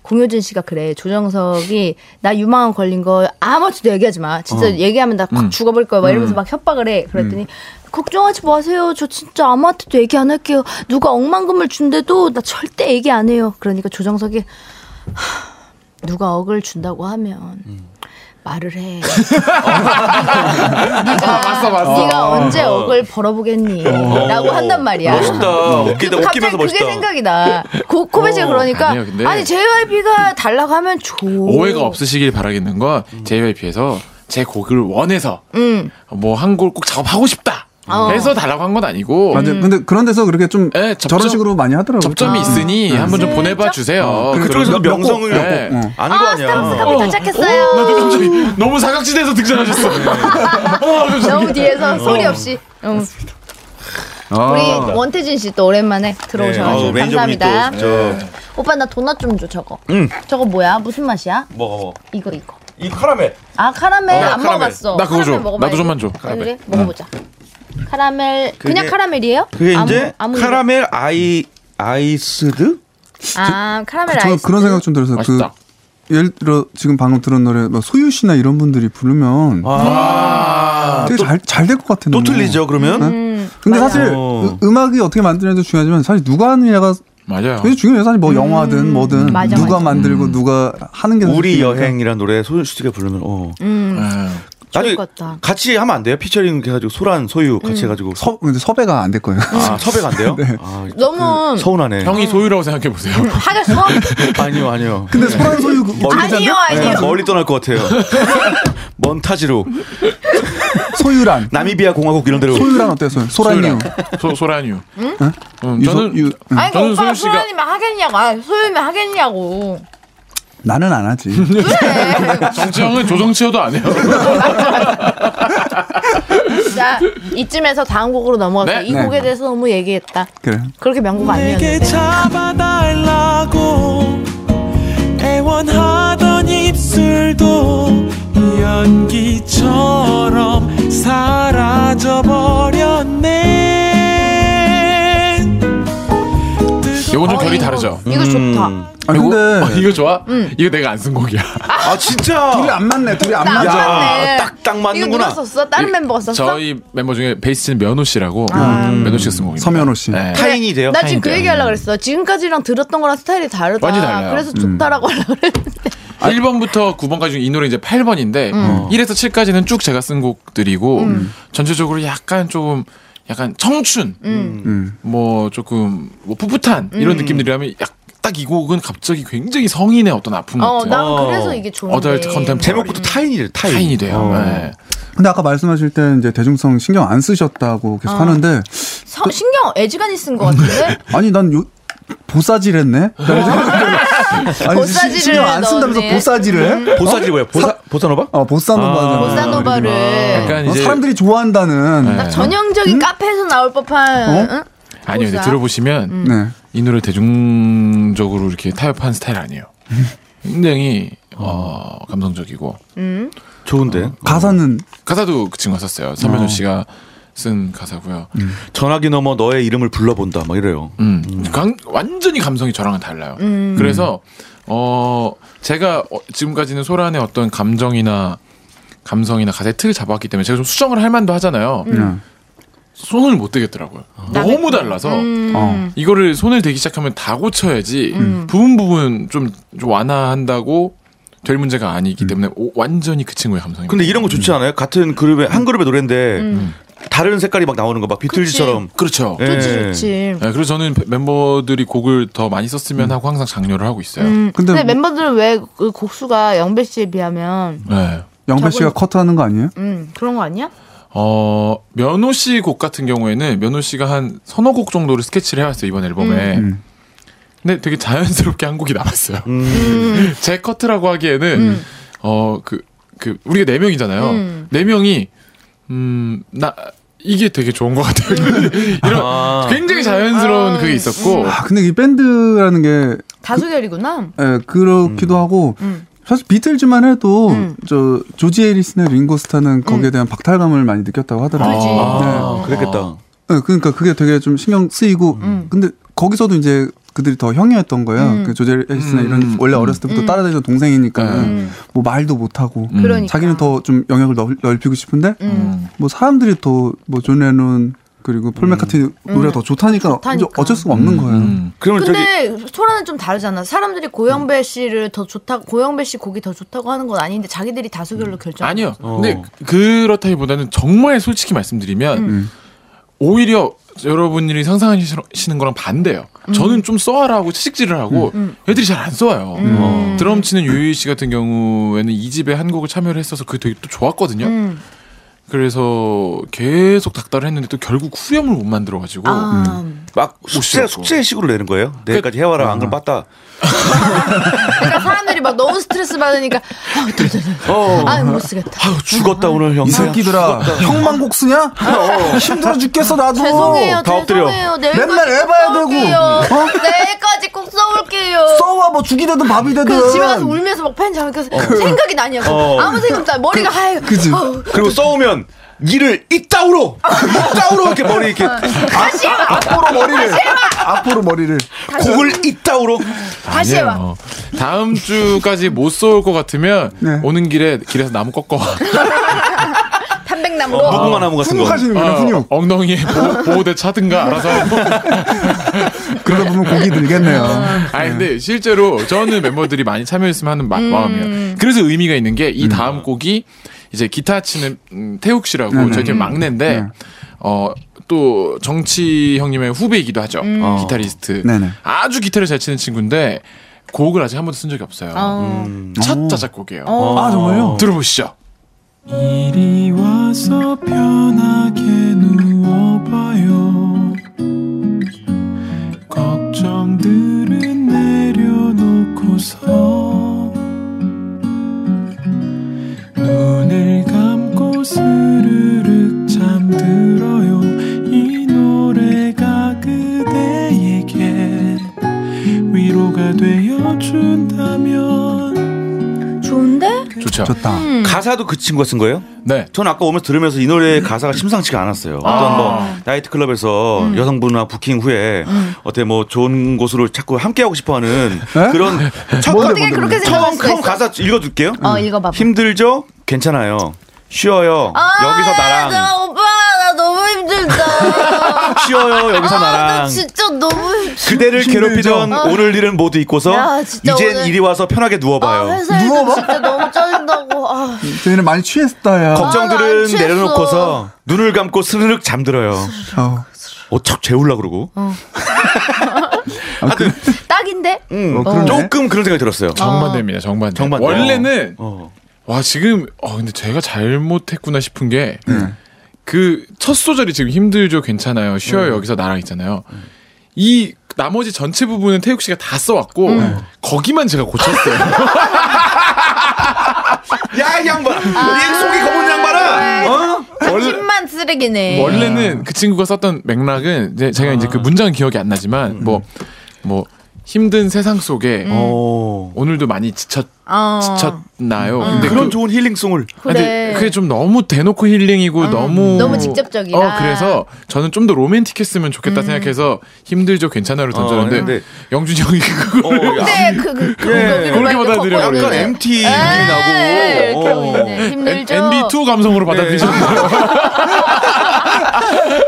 [SPEAKER 3] 공효진 씨가 그래. 조정석이 나 유망한 걸린 거 아무한테도 얘기하지 마. 진짜
[SPEAKER 5] 어.
[SPEAKER 3] 얘기하면 나
[SPEAKER 5] 음.
[SPEAKER 3] 확 죽어버릴 거야. 막 이러면서 막 협박을 해. 그랬더니 걱정하지 마세요. 저 진짜 아무한테도 얘기 안 할게요. 누가 억만금을 준대도 나 절대 얘기 안 해요. 그러니까 조정석이 하, 누가 억을 준다고 하면
[SPEAKER 5] 음.
[SPEAKER 3] 말을 해.
[SPEAKER 5] 아,
[SPEAKER 3] 네가, 네가 언제 억을 벌어보겠니? 라고 한단 말이야.
[SPEAKER 5] 어. 멋있다. 웃기다.
[SPEAKER 3] 그럼 갑자기 그게
[SPEAKER 5] 웃기면서 멋있다. 어.
[SPEAKER 3] 생각이 나. 고, 코베 씨가 그러니까
[SPEAKER 6] 아니에요, 근데.
[SPEAKER 3] 아니 JYP가 달라고 하면 줘.
[SPEAKER 6] 오해가 없으시길 바라겠는 건 JYP에서 제 곡을 원해서
[SPEAKER 3] 음.
[SPEAKER 6] 뭐 한 곡 꼭 작업하고 싶다.
[SPEAKER 3] 어.
[SPEAKER 6] 해서 달라고 한 건 아니고
[SPEAKER 4] 맞아요. 아. 근데 그런 데서 그렇게 좀
[SPEAKER 5] 네,
[SPEAKER 6] 예, 접점-
[SPEAKER 4] 저런 식으로 많이 하더라고요. 아,
[SPEAKER 6] 접점이
[SPEAKER 4] 네.
[SPEAKER 6] 있으니 한번 좀 보내봐 주세요.
[SPEAKER 5] 그쪽에서도
[SPEAKER 4] 몇- 어. 몇
[SPEAKER 5] 명성을
[SPEAKER 6] 곡, 네.
[SPEAKER 5] 네. 아는 거
[SPEAKER 3] 아, 스타벅스
[SPEAKER 5] 아니야.
[SPEAKER 3] 카페 도착했어요.
[SPEAKER 6] 어, 나도 갑자기 너무 사각지대에서 등장하셨어. 어, 갑자기.
[SPEAKER 3] 너무 뒤에서 소리 없이. 응.
[SPEAKER 6] 아.
[SPEAKER 4] 아,
[SPEAKER 3] 우리 원태진 씨 또 오랜만에 들어오셔가지고
[SPEAKER 5] 어, 매니저분이
[SPEAKER 3] 감사합니다. 네.
[SPEAKER 5] 또 저,
[SPEAKER 3] 오빠 나 도넛 좀 줘 저거.
[SPEAKER 5] 음.
[SPEAKER 3] 저거 뭐야? 무슨 맛이야?
[SPEAKER 5] 먹어.
[SPEAKER 3] 이거 이거.
[SPEAKER 5] 뭐. 이 카라멜.
[SPEAKER 3] 아 카라멜
[SPEAKER 6] 어,
[SPEAKER 3] 안
[SPEAKER 6] 카라멜.
[SPEAKER 3] 먹어봤어.
[SPEAKER 6] 나 그거 줘.
[SPEAKER 3] 카라멜 먹어봐야지.
[SPEAKER 6] 나도 좀만 줘, 카라멜.
[SPEAKER 3] 그래 먹어보자. 카라멜
[SPEAKER 5] 그게-
[SPEAKER 3] 그냥 카라멜이에요?
[SPEAKER 5] 그게
[SPEAKER 3] 아무-
[SPEAKER 5] 이제
[SPEAKER 3] 아무 이름-
[SPEAKER 5] 카라멜 아이 아이스드?
[SPEAKER 3] 아 카라멜
[SPEAKER 4] 저는
[SPEAKER 3] 아이스.
[SPEAKER 4] 그런 생각 좀 들었어요.
[SPEAKER 6] 맛있다.
[SPEAKER 4] 그 예를 들어 지금 방금 들은 노래 뭐 소유 씨나 이런 분들이 부르면
[SPEAKER 5] 아.
[SPEAKER 4] 되게 잘 잘 될 것 같은데.
[SPEAKER 5] 또 틀리죠
[SPEAKER 3] 음.
[SPEAKER 5] 그러면?
[SPEAKER 4] 근데 사실
[SPEAKER 5] 어.
[SPEAKER 4] 으- 음악이 어떻게 만드는지 중요하지만 사실 누가 하느냐가
[SPEAKER 6] 맞아요. 예.
[SPEAKER 4] 그게 중요해요. 사실 뭐 영화든 뭐든
[SPEAKER 3] 음. 맞아, 음.
[SPEAKER 4] 누가
[SPEAKER 3] 맞아.
[SPEAKER 4] 만들고 누가 하는 게
[SPEAKER 5] 우리
[SPEAKER 4] 중요하니까.
[SPEAKER 5] 여행이란 노래 소윤 씨가 부르면 어.
[SPEAKER 3] 음.
[SPEAKER 6] 예.
[SPEAKER 3] 좋을
[SPEAKER 5] 나중에
[SPEAKER 3] 것 같다.
[SPEAKER 5] 같이 하면 안 돼요? 피처링 해가지고 소란 소유 같이 해가지고 서,
[SPEAKER 4] 서 근데 섭외가 안 될 거예요.
[SPEAKER 5] 아, 섭외가 안 돼요? 아,
[SPEAKER 3] 너무
[SPEAKER 5] 서운하네.
[SPEAKER 7] 음.
[SPEAKER 6] 형이 소유라고 생각해 보세요.
[SPEAKER 3] 음. 하긴 서
[SPEAKER 5] 아니요 아니요.
[SPEAKER 4] 근데 소란 소유 그-
[SPEAKER 3] 아니요
[SPEAKER 6] 네.
[SPEAKER 3] 아니요.
[SPEAKER 5] 네, 멀리 떠날 것 같아요. 먼 타지로
[SPEAKER 4] 소유란
[SPEAKER 5] 나미비아 공화국 이런 데로.
[SPEAKER 4] 소유란 어때요? 소유? 소란유.
[SPEAKER 6] 소, 소란유. 음,
[SPEAKER 4] 유소-
[SPEAKER 6] 저는
[SPEAKER 4] 유- 응.
[SPEAKER 3] 아니
[SPEAKER 6] 저는
[SPEAKER 3] 오빠
[SPEAKER 6] 소연 씨가-
[SPEAKER 3] 소연이면 하겠냐고. 아 소연이면 하겠냐고.
[SPEAKER 4] 나는 안 하지.
[SPEAKER 6] 정치 형은 조정치여도 안 해요.
[SPEAKER 3] 자 이쯤에서 다음 곡으로 넘어갈게요.
[SPEAKER 6] 네?
[SPEAKER 3] 이
[SPEAKER 4] 네.
[SPEAKER 3] 곡에 대해서 너무 얘기했다.
[SPEAKER 4] 그래.
[SPEAKER 3] 그렇게 명곡
[SPEAKER 7] 내게
[SPEAKER 3] 아니었는데.
[SPEAKER 7] 잡아달라고 애원하던 입술도 연기처럼 사라져버렸네
[SPEAKER 6] 요건 좀 결이 다르죠.
[SPEAKER 3] 어,
[SPEAKER 5] 음.
[SPEAKER 6] 음.
[SPEAKER 3] 이거 좋다.
[SPEAKER 4] 아
[SPEAKER 6] 이거,
[SPEAKER 4] 근데
[SPEAKER 6] 어, 이거 좋아? 이거 내가 안 쓴 곡이야.
[SPEAKER 5] 아
[SPEAKER 4] 둘이
[SPEAKER 5] 진짜.
[SPEAKER 4] 안 맞네. 둘이 안
[SPEAKER 3] 나
[SPEAKER 4] 맞아.
[SPEAKER 3] 맞네.
[SPEAKER 5] 딱, 딱
[SPEAKER 3] 이거
[SPEAKER 5] 맞는구나.
[SPEAKER 3] 누가 썼어? 다른
[SPEAKER 6] 이-
[SPEAKER 3] 멤버가 썼어? 아.
[SPEAKER 6] 저희 멤버 중에 베이스는 면호 씨라고 면호 씨가 쓴 곡입니다.
[SPEAKER 4] 음. 서면호 씨.
[SPEAKER 6] 네.
[SPEAKER 5] 타인이 돼요.
[SPEAKER 3] 나 지금 그
[SPEAKER 6] 다행이다.
[SPEAKER 3] 얘기 하려고 그랬어. 지금까지랑 들었던 거랑 스타일이 다르다.
[SPEAKER 6] 완전 달라요.
[SPEAKER 3] 그래서 좋다라고 하려고 그랬는데.
[SPEAKER 6] 1번부터 9번까지 이 노래 이제
[SPEAKER 3] 음.
[SPEAKER 6] 8번인데
[SPEAKER 4] 어.
[SPEAKER 6] 1에서 7까지는 쭉 제가 쓴 곡들이고 전체적으로 약간 조금 약간 청춘
[SPEAKER 3] 음.
[SPEAKER 4] 음.
[SPEAKER 6] 뭐 조금 뭐 풋풋한 이런 느낌들이라면 딱 이 곡은 갑자기 굉장히 성인의 어떤 아픔
[SPEAKER 3] 어,
[SPEAKER 6] 같은
[SPEAKER 3] 난 그래서 이게 좋은데.
[SPEAKER 6] 어덜트 컨템포
[SPEAKER 5] 제목부터 타인이 돼요. 타인.
[SPEAKER 6] 타인이 돼요.
[SPEAKER 4] 어.
[SPEAKER 6] 네.
[SPEAKER 4] 근데 아까 말씀하실 때 이제 대중성 신경 안 쓰셨다고 계속
[SPEAKER 3] 아.
[SPEAKER 4] 하는데
[SPEAKER 3] 서- 신경 애지간히 쓴 것 같은데?
[SPEAKER 4] 아니 난 요, 보사질했네. 아니
[SPEAKER 3] 보사질을
[SPEAKER 4] 시- 신경 안 쓴다면서
[SPEAKER 3] 넣었네. 음.
[SPEAKER 4] 보사질을 해?
[SPEAKER 5] 보사지 뭐야? 보사 보사노바?
[SPEAKER 4] 어 보사노바는
[SPEAKER 3] 아, 보사노바를.
[SPEAKER 6] 약간
[SPEAKER 4] 어,
[SPEAKER 6] 이제 네.
[SPEAKER 4] 사람들이 좋아한다는.
[SPEAKER 3] 딱 전형적인 카페에서 나올 법한.
[SPEAKER 4] 어?
[SPEAKER 3] 응?
[SPEAKER 6] 아니요, 근데
[SPEAKER 3] 보사.
[SPEAKER 6] 들어보시면
[SPEAKER 3] 음.
[SPEAKER 4] 네.
[SPEAKER 6] 이 노래 대중적으로 이렇게 타협한 스타일 아니에요. 굉장히 어, 감성적이고
[SPEAKER 5] 좋은데.
[SPEAKER 4] 가사는
[SPEAKER 6] 가사도 그 친구가 썼어요. 서면호 씨가 쓴 가사고요. 음.
[SPEAKER 5] 전화기 넘어 너의 이름을 불러본다. 막 이래요.
[SPEAKER 6] 강- 완전히 감성이 저랑은 달라요.
[SPEAKER 3] 음.
[SPEAKER 6] 그래서 어 제가 어, 지금까지는 소란의 어떤 감정이나 감성이나 가사의 틀을 잡았기 때문에 제가 좀 수정을 할 만도 하잖아요.
[SPEAKER 5] 음.
[SPEAKER 6] 손을 못 대겠더라고요. 너무 달라서
[SPEAKER 3] 음.
[SPEAKER 4] 어.
[SPEAKER 6] 이거를 손을 대기 시작하면 다 고쳐야지 부분 부분 좀, 좀 완화한다고 될 문제가 아니기 때문에 오- 완전히 그 친구의
[SPEAKER 5] 음.
[SPEAKER 6] 감성이.
[SPEAKER 5] 근데 이런 거 좋지 않아요? 같은 그룹의 한 그룹의 노래인데 다른 색깔이 막 나오는 거 막 비틀즈처럼.
[SPEAKER 6] 그렇죠.
[SPEAKER 5] 예.
[SPEAKER 3] 좋지, 좋지.
[SPEAKER 6] 네, 그래서 저는 멤버들이 곡을 더 많이 썼으면 하고 항상 장려를 하고 있어요.
[SPEAKER 3] 음,
[SPEAKER 4] 근데
[SPEAKER 3] 근데,
[SPEAKER 4] 뭐-
[SPEAKER 3] 멤버들은 왜 그 곡수가 영배 씨에 비하면
[SPEAKER 6] 네.
[SPEAKER 4] 영배 씨가 커트하는 거 아니에요?
[SPEAKER 3] 음, 그런 거 아니야?
[SPEAKER 6] 어, 면호 씨 곡 같은 경우에는 면호 씨가 한 서너 곡 정도를 스케치를 해왔어요, 이번 앨범에.
[SPEAKER 4] 음.
[SPEAKER 6] 근데 되게 자연스럽게 한 곡이 남았어요.
[SPEAKER 3] 음.
[SPEAKER 6] 제 커트라고 하기에는, 어, 그, 그, 우리가 네 명이잖아요.
[SPEAKER 3] 음.
[SPEAKER 6] 네 명이, 음, 나, 이게 되게 좋은 것 같아요. 이런
[SPEAKER 5] 아.
[SPEAKER 6] 굉장히 자연스러운
[SPEAKER 3] 아,
[SPEAKER 6] 그게 있었고.
[SPEAKER 4] 아 근데 이 밴드라는 게
[SPEAKER 3] 다수결이구나.
[SPEAKER 4] 예, 그렇기도 하고
[SPEAKER 3] 음.
[SPEAKER 4] 사실 비틀즈만 해도
[SPEAKER 3] 음.
[SPEAKER 4] 저 조지 해리슨의 링고스타는 거기에 대한 박탈감을 많이 느꼈다고 하더라고요.
[SPEAKER 3] 그지.
[SPEAKER 6] 어.
[SPEAKER 5] 아, 그랬겠다.
[SPEAKER 4] 네, 그러니까 그게 되게 좀 신경 쓰이고 근데 거기서도 이제 그들이 더 형이었던 거예요.
[SPEAKER 3] 음.
[SPEAKER 4] 그 조지 해리슨이나
[SPEAKER 6] 음.
[SPEAKER 4] 이런 원래 어렸을 때부터
[SPEAKER 3] 음.
[SPEAKER 4] 따라다니던 동생이니까
[SPEAKER 3] 음.
[SPEAKER 4] 뭐 말도 못하고
[SPEAKER 6] 음.
[SPEAKER 3] 그러니까.
[SPEAKER 4] 자기는 더 좀 영역을 넓, 넓히고 싶은데
[SPEAKER 3] 음.
[SPEAKER 4] 뭐 사람들이 더뭐존 레논 그리고 폴 맥카트니 노래가 더 좋다니까,
[SPEAKER 3] 음. 좋다니까.
[SPEAKER 4] 이제 어쩔 수가 없는 거예요.
[SPEAKER 6] 음.
[SPEAKER 5] 그러면 저기
[SPEAKER 3] 근데 소라는 좀 다르잖아. 사람들이 고영배 씨를 더 좋다고 고영배 씨 곡이 더 좋다고 하는 건 아닌데 자기들이 다수결로 결정.
[SPEAKER 6] 아니요. 어. 근데 그렇다기보다는 정말 솔직히 말씀드리면 오히려 여러분들이 상상하시는 거랑 반대예요. 저는 좀 써와라고 채찍질을 하고 애들이 잘 안 써와요. 어. 드럼 치는 유유희 씨 같은 경우에는 이 집에 한 곡을 참여를 했어서 그게 되게 또 좋았거든요.
[SPEAKER 3] 음.
[SPEAKER 6] 그래서 계속 닥달을 했는데 또 결국 후렴을 못 만들어가지고 음.
[SPEAKER 3] 아,
[SPEAKER 5] 막 숙제
[SPEAKER 6] 싫었고.
[SPEAKER 5] 숙제식으로 내는 거예요. 내일까지 해와라. 안 그럼 빠따.
[SPEAKER 3] 그러니까 사람들이 막 너무 스트레스 받으니까 아, 더, 더, 더.
[SPEAKER 5] 어.
[SPEAKER 3] 아, 못 쓰겠다.
[SPEAKER 5] 아유, 죽었다 오늘 형.
[SPEAKER 4] 이 새끼들아 형만곡 쓰냐? 힘들어 죽겠어 나도.
[SPEAKER 3] 죄송해요,
[SPEAKER 5] 다 엎드려.
[SPEAKER 3] 죄송해요. 내일까지
[SPEAKER 4] 맨날 해봐야
[SPEAKER 3] 꼭
[SPEAKER 4] 되고.
[SPEAKER 3] 써올게요.
[SPEAKER 4] 어?
[SPEAKER 3] 내일까지 꼭 써올게요.
[SPEAKER 4] 써와 뭐 죽이 되든 밥이 되든.
[SPEAKER 3] 그래서 집에 가서 울면서 막 팬 잡으니까 생각이 나냐고
[SPEAKER 5] 어.
[SPEAKER 3] 아무 생각도 안 머리가 하얘
[SPEAKER 4] 그지.
[SPEAKER 5] 그리고 써오면 이를 이따우로 이따우로 이렇게 머리 이렇게
[SPEAKER 3] 다시 해봐
[SPEAKER 4] 앞으로 머리를 앞으로 머리를
[SPEAKER 5] 곡을 이따우로
[SPEAKER 3] 다시 해봐
[SPEAKER 6] 아니에요. 네, 어. 다음 주까지 못 써올 것 같으면
[SPEAKER 4] 네.
[SPEAKER 6] 오는 길에 길에서 나무 꺾어 와.
[SPEAKER 3] 탄백나무로
[SPEAKER 5] 무궁화 나무 같은 거.
[SPEAKER 4] 훈육하시는구나 훈육.
[SPEAKER 6] 어, 엉덩이에 보호, 보호대 차든가 알아서
[SPEAKER 4] 그러다 보면 곡이 들겠네요.
[SPEAKER 3] 어.
[SPEAKER 6] 아니 근데 실제로 저는 멤버들이 많이 참여했으면 하는 마, 음이에요 그래서 의미가 있는 게 이 다음 곡이 이제 기타 치는 음, 태욱 씨라고
[SPEAKER 4] 네네.
[SPEAKER 6] 저희 팀 막내인데
[SPEAKER 4] 네.
[SPEAKER 6] 어 또 정치 형님의 후배이기도 하죠. 어. 기타리스트.
[SPEAKER 4] 네네.
[SPEAKER 6] 아주 기타를 잘 치는 친구인데 곡을 아직 한 번도 쓴 적이 없어요. 음. 어.
[SPEAKER 3] 어.
[SPEAKER 5] 음.
[SPEAKER 6] 첫 자작곡이에요.
[SPEAKER 4] 아 정말요?
[SPEAKER 6] 들어보시죠.
[SPEAKER 7] 이리 와서 편하게 누워봐요 걱정들은 내려놓고서 눈을 감고 스르륵 잠들어요 이 노래가 그대에게 위로가 되어준다면
[SPEAKER 3] 좋은데?
[SPEAKER 6] 좋죠.
[SPEAKER 4] 좋다.
[SPEAKER 5] 가사도 그 친구가 쓴 거예요?
[SPEAKER 6] 네.
[SPEAKER 5] 전 아까 오면서 들으면서 이 노래 가사가 심상치가 않았어요. 어떤 뭐 나이트 클럽에서 여성분과 부킹 후에 어때 뭐 좋은 곳으로 자꾸 함께 하고 싶어하는 그런 첫
[SPEAKER 3] 어떻게 그렇게 생각할
[SPEAKER 5] 처음
[SPEAKER 3] 수가
[SPEAKER 5] 처음
[SPEAKER 3] 있어?
[SPEAKER 5] 가사 읽어줄게요.
[SPEAKER 3] 어, 읽어봐봐.
[SPEAKER 5] 힘들죠? 괜찮아요. 쉬어요.
[SPEAKER 3] 아,
[SPEAKER 5] 여기서 나랑.
[SPEAKER 3] 나 오빠 나 너무 힘들다.
[SPEAKER 5] 쉬어요. 여기서
[SPEAKER 3] 아, 나
[SPEAKER 5] 나랑.
[SPEAKER 3] 진짜 너무 힘들어.
[SPEAKER 5] 그대를 괴롭히던 오늘 일은 모두 잊고서
[SPEAKER 3] 야, 진짜
[SPEAKER 5] 이젠
[SPEAKER 3] 오늘-
[SPEAKER 5] 이리 와서 편하게
[SPEAKER 3] 아,
[SPEAKER 5] 누워봐요.
[SPEAKER 3] 회사에서 진짜 너무 짜증나고. 아,
[SPEAKER 4] 저희는 많이 취했다, 야.
[SPEAKER 3] 아, 나
[SPEAKER 5] 걱정들은
[SPEAKER 3] 안 취했어.
[SPEAKER 5] 내려놓고서 눈을 감고 스르륵 잠들어요.
[SPEAKER 4] 어.
[SPEAKER 5] 어척 재울라 그러고.
[SPEAKER 3] 딱인데?
[SPEAKER 4] 어, 그러네.
[SPEAKER 5] 조금 그런 생각이 들었어요.
[SPEAKER 6] 정반대입니다. 정반대.
[SPEAKER 5] 정반대.
[SPEAKER 6] 원래는
[SPEAKER 5] 어.
[SPEAKER 6] 와 지금 어 근데 제가 잘못했구나 싶은
[SPEAKER 5] 네.
[SPEAKER 6] 게 그 첫 소절이 지금 힘들죠 괜찮아요 쉬어요
[SPEAKER 5] 네.
[SPEAKER 6] 여기서 나랑 있잖아요 이 나머지 전체 부분은 태욱 씨가 다 써왔고
[SPEAKER 5] 음.
[SPEAKER 6] 거기만 제가 고쳤어요
[SPEAKER 5] 야, 이 양반!
[SPEAKER 3] 아.
[SPEAKER 5] 얘 속이 검은 양반아! 어?
[SPEAKER 3] 당신만 네. 쓰레기네.
[SPEAKER 6] 원래는 그 친구가 썼던 맥락은 이제 제가
[SPEAKER 5] 아.
[SPEAKER 6] 이제 그 문장은 기억이 안
[SPEAKER 5] 음.
[SPEAKER 6] 나지만 뭐 뭐 힘든 세상 속에
[SPEAKER 5] 어.
[SPEAKER 6] 오늘도 많이 지쳤
[SPEAKER 3] 음. 어. 음.
[SPEAKER 6] 지쳤나요 근데
[SPEAKER 5] 네, 그런
[SPEAKER 6] 그-
[SPEAKER 5] 좋은 힐링송을.
[SPEAKER 3] 그래.
[SPEAKER 6] 근데 그게 좀 너무 대놓고 힐링이고 너무
[SPEAKER 3] 네. 음. 너무 직접적이라. 음.
[SPEAKER 6] 어 그래서 저는 좀 더 로맨틱했으면 좋겠다 생각해서 힘들죠 괜찮아요를 던졌는데
[SPEAKER 5] 어, 근데-
[SPEAKER 6] 영준이 형이
[SPEAKER 5] 어,
[SPEAKER 6] 그걸
[SPEAKER 3] 근데 그, 그, 그,
[SPEAKER 5] 예.
[SPEAKER 3] 거기로
[SPEAKER 6] 그렇게
[SPEAKER 3] 만든
[SPEAKER 6] 받아들여
[SPEAKER 3] 거꾸로
[SPEAKER 5] 약간
[SPEAKER 3] 되네.
[SPEAKER 5] MT 느낌이
[SPEAKER 3] 에이,
[SPEAKER 5] 나고.
[SPEAKER 3] 예, 그러고
[SPEAKER 5] 어.
[SPEAKER 3] 있네. 힘들죠.
[SPEAKER 6] MB2 감성으로
[SPEAKER 5] 네.
[SPEAKER 6] 예. 받아들이셨나요?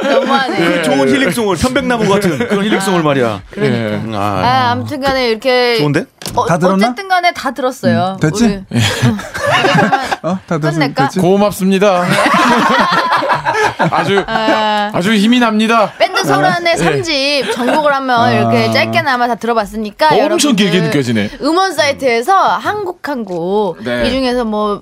[SPEAKER 3] 너무하네.
[SPEAKER 5] 그 좋은 힐링송을, 편백나무 같은 그런 힐링송을 말이야.
[SPEAKER 6] 예.
[SPEAKER 5] 음, 아,
[SPEAKER 3] 아, 아무튼간에 이렇게
[SPEAKER 5] 좋은데?
[SPEAKER 3] 어,
[SPEAKER 4] 다 들었나?
[SPEAKER 3] 어쨌든간에 다 들었어요.
[SPEAKER 4] 됐지?
[SPEAKER 3] 우리.
[SPEAKER 4] 어, 다 됐-
[SPEAKER 3] 끝낼까?
[SPEAKER 4] 됐지?
[SPEAKER 6] 고맙습니다. 아주 아주 힘이 납니다.
[SPEAKER 3] 밴드 소란의 삼집 전곡을 한번 이렇게 짧게나마 다 들어봤으니까
[SPEAKER 6] 엄청
[SPEAKER 3] 아, 여러분들
[SPEAKER 6] 길게 느껴지네.
[SPEAKER 3] 음원 사이트에서 한곡 한 곡
[SPEAKER 6] 네.
[SPEAKER 3] 이 중에서 뭐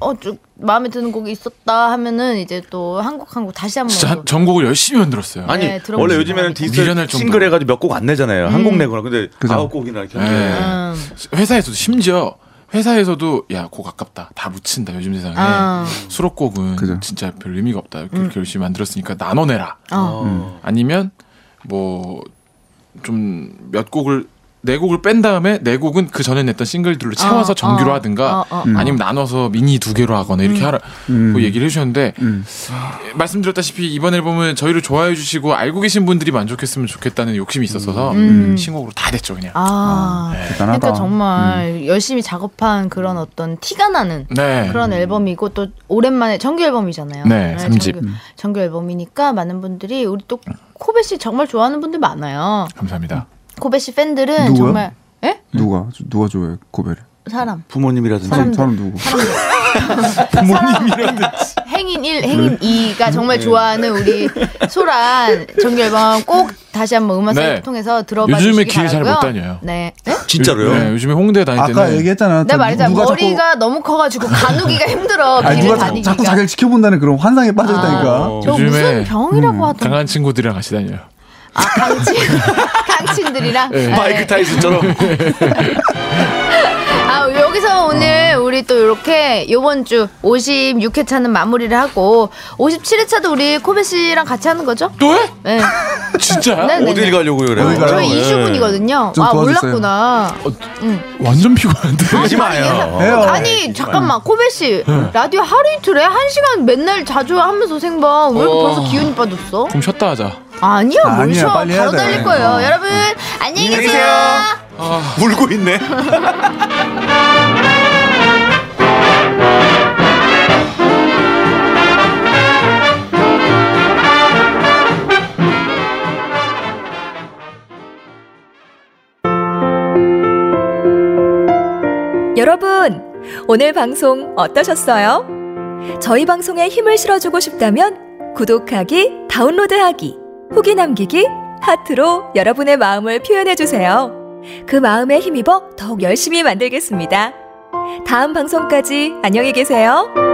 [SPEAKER 3] 어, 쭉 마음에 드는 곡이 있었다 하면은 이제 또 한 곡 한 곡 다시 한번
[SPEAKER 6] 진짜
[SPEAKER 3] 또.
[SPEAKER 6] 한- 전곡을 열심히 만들었어요.
[SPEAKER 5] 아니,
[SPEAKER 3] 네, 들어보시기
[SPEAKER 5] 원래 요즘에는
[SPEAKER 3] 바랍니다. 음.
[SPEAKER 5] 디지털
[SPEAKER 6] 미련할 정도로.
[SPEAKER 5] 싱글 해가지고 몇 곡 안 내잖아요. 한 곡 내거나. 근데 아홉 곡이나 이렇게. 네.
[SPEAKER 6] 예.
[SPEAKER 5] 하는데.
[SPEAKER 6] 회사에서도 심지어 회사에서도 야 곡 아깝다 다 묻힌다 요즘 세상에
[SPEAKER 3] 아. 음.
[SPEAKER 6] 수록곡은
[SPEAKER 4] 그죠.
[SPEAKER 6] 진짜 별 의미가 없다 이렇게, 이렇게 열심히 만들었으니까 나눠내라
[SPEAKER 3] 어.
[SPEAKER 6] 아니면 뭐 좀 몇 곡을 네 곡을 뺀 다음에 네 곡은 그 전에 냈던 싱글들로 채워서
[SPEAKER 3] 어,
[SPEAKER 6] 정규로
[SPEAKER 3] 어,
[SPEAKER 6] 하든가
[SPEAKER 3] 어, 음. 어,
[SPEAKER 6] 아니면 나눠서 미니 두 개로 하거나 이렇게 하라
[SPEAKER 4] 음.
[SPEAKER 6] 고 얘기를 해주셨는데 예, 말씀드렸다시피 이번 앨범은 저희를 좋아해 주시고 알고 계신 분들이 만족했으면 좋겠다는 욕심이 있었어서
[SPEAKER 4] 음.
[SPEAKER 6] 신곡으로 다 냈죠 그냥
[SPEAKER 3] 음. 아.
[SPEAKER 4] 대단하다.
[SPEAKER 3] 그러니까 정말 열심히 작업한 그런 어떤 티가 나는
[SPEAKER 6] 네
[SPEAKER 3] 그런 앨범이고 또 오랜만에 정규 앨범이잖아요.
[SPEAKER 6] 네, 삼집.
[SPEAKER 3] 정규, 정규 앨범이니까 많은 분들이 우리 또 코베 씨 정말 좋아하는 분들 많아요.
[SPEAKER 6] 감사합니다
[SPEAKER 3] 코베 씨 팬들은
[SPEAKER 4] 누구요?
[SPEAKER 3] 정말 예?
[SPEAKER 4] 누가 누가 좋아해 고베를?
[SPEAKER 3] 사람.
[SPEAKER 5] 부모님이라든지.
[SPEAKER 4] 사람 사람 누구?
[SPEAKER 3] 행인 1,
[SPEAKER 4] 네.
[SPEAKER 3] 행인 2가 정말 좋아하는 우리 소란 정규 앨범 꼭 다시 한번 음원
[SPEAKER 6] 네.
[SPEAKER 3] 사이트 통해서 들어봐
[SPEAKER 6] 요즘에
[SPEAKER 3] 주시기
[SPEAKER 6] 기회 잘
[SPEAKER 3] 바라고요.
[SPEAKER 6] 못 다녀요.
[SPEAKER 3] 네. 네?
[SPEAKER 5] 진짜로요?
[SPEAKER 6] 네, 요즘에 홍대 다닐 때는
[SPEAKER 4] 아까 얘기했잖아.
[SPEAKER 3] 내가
[SPEAKER 4] 저
[SPEAKER 3] 네, 말했잖아.
[SPEAKER 4] 누가 자꾸-
[SPEAKER 3] 머리가 너무 커가지고 가누기가 힘들어.
[SPEAKER 4] 아니,
[SPEAKER 3] 길을
[SPEAKER 4] 누가 자-
[SPEAKER 3] 다니기가.
[SPEAKER 4] 자꾸 자기를 지켜본다는 그런 환상에 빠졌다니까. 음.
[SPEAKER 3] 너 아. 무슨
[SPEAKER 6] 요즘에
[SPEAKER 3] 병이라고 하던
[SPEAKER 6] 강한 친구들이랑 같이 다녀요.
[SPEAKER 3] 아 강친 강친들이랑
[SPEAKER 6] 네.
[SPEAKER 3] 아,
[SPEAKER 5] 마이크 타이슨처럼.
[SPEAKER 3] 아 여기서
[SPEAKER 6] 어.
[SPEAKER 3] 오늘 우리 또 이렇게 요번 주 56회차는 마무리를 하고 57회차도 우리 코베 씨랑 같이 하는 거죠?
[SPEAKER 6] 또 해?
[SPEAKER 3] 네.
[SPEAKER 6] 진짜?
[SPEAKER 3] 네, 네, 네.
[SPEAKER 5] 어딜 가려고 그래요?
[SPEAKER 4] 어디 가요?
[SPEAKER 3] 저희
[SPEAKER 6] 그렇죠.
[SPEAKER 5] 예.
[SPEAKER 3] 이슈분이거든요.
[SPEAKER 4] 좀
[SPEAKER 3] 아
[SPEAKER 4] 도와주세요.
[SPEAKER 3] 몰랐구나.
[SPEAKER 6] 완전 피곤한데.
[SPEAKER 5] 하지 마요.
[SPEAKER 4] 해요.
[SPEAKER 3] 아니 잠깐만 코베 씨 라디오 하루 이틀에 한 시간 맨날 자주 하면서 생방 왜 이렇게
[SPEAKER 6] 어.
[SPEAKER 3] 벌써 기운이 빠졌어?
[SPEAKER 6] 좀 쉬었다 하자.
[SPEAKER 3] 아니야 뭘
[SPEAKER 4] 아니야,
[SPEAKER 3] 쉬어
[SPEAKER 4] 빨리 해야
[SPEAKER 3] 바로
[SPEAKER 4] 돼.
[SPEAKER 3] 달릴 거예요.
[SPEAKER 4] 어.
[SPEAKER 3] 여러분 안녕히
[SPEAKER 5] 안녕히
[SPEAKER 3] 계세요.
[SPEAKER 5] 계세요. 울고 있네.
[SPEAKER 1] 여러분, 오늘 방송 어떠셨어요? 저희 방송에 힘을 실어주고 싶다면 구독하기, 다운로드하기, 후기 남기기, 하트로 여러분의 마음을 표현해주세요. 그 마음에 힘입어 더욱 열심히 만들겠습니다. 다음 방송까지 안녕히 계세요.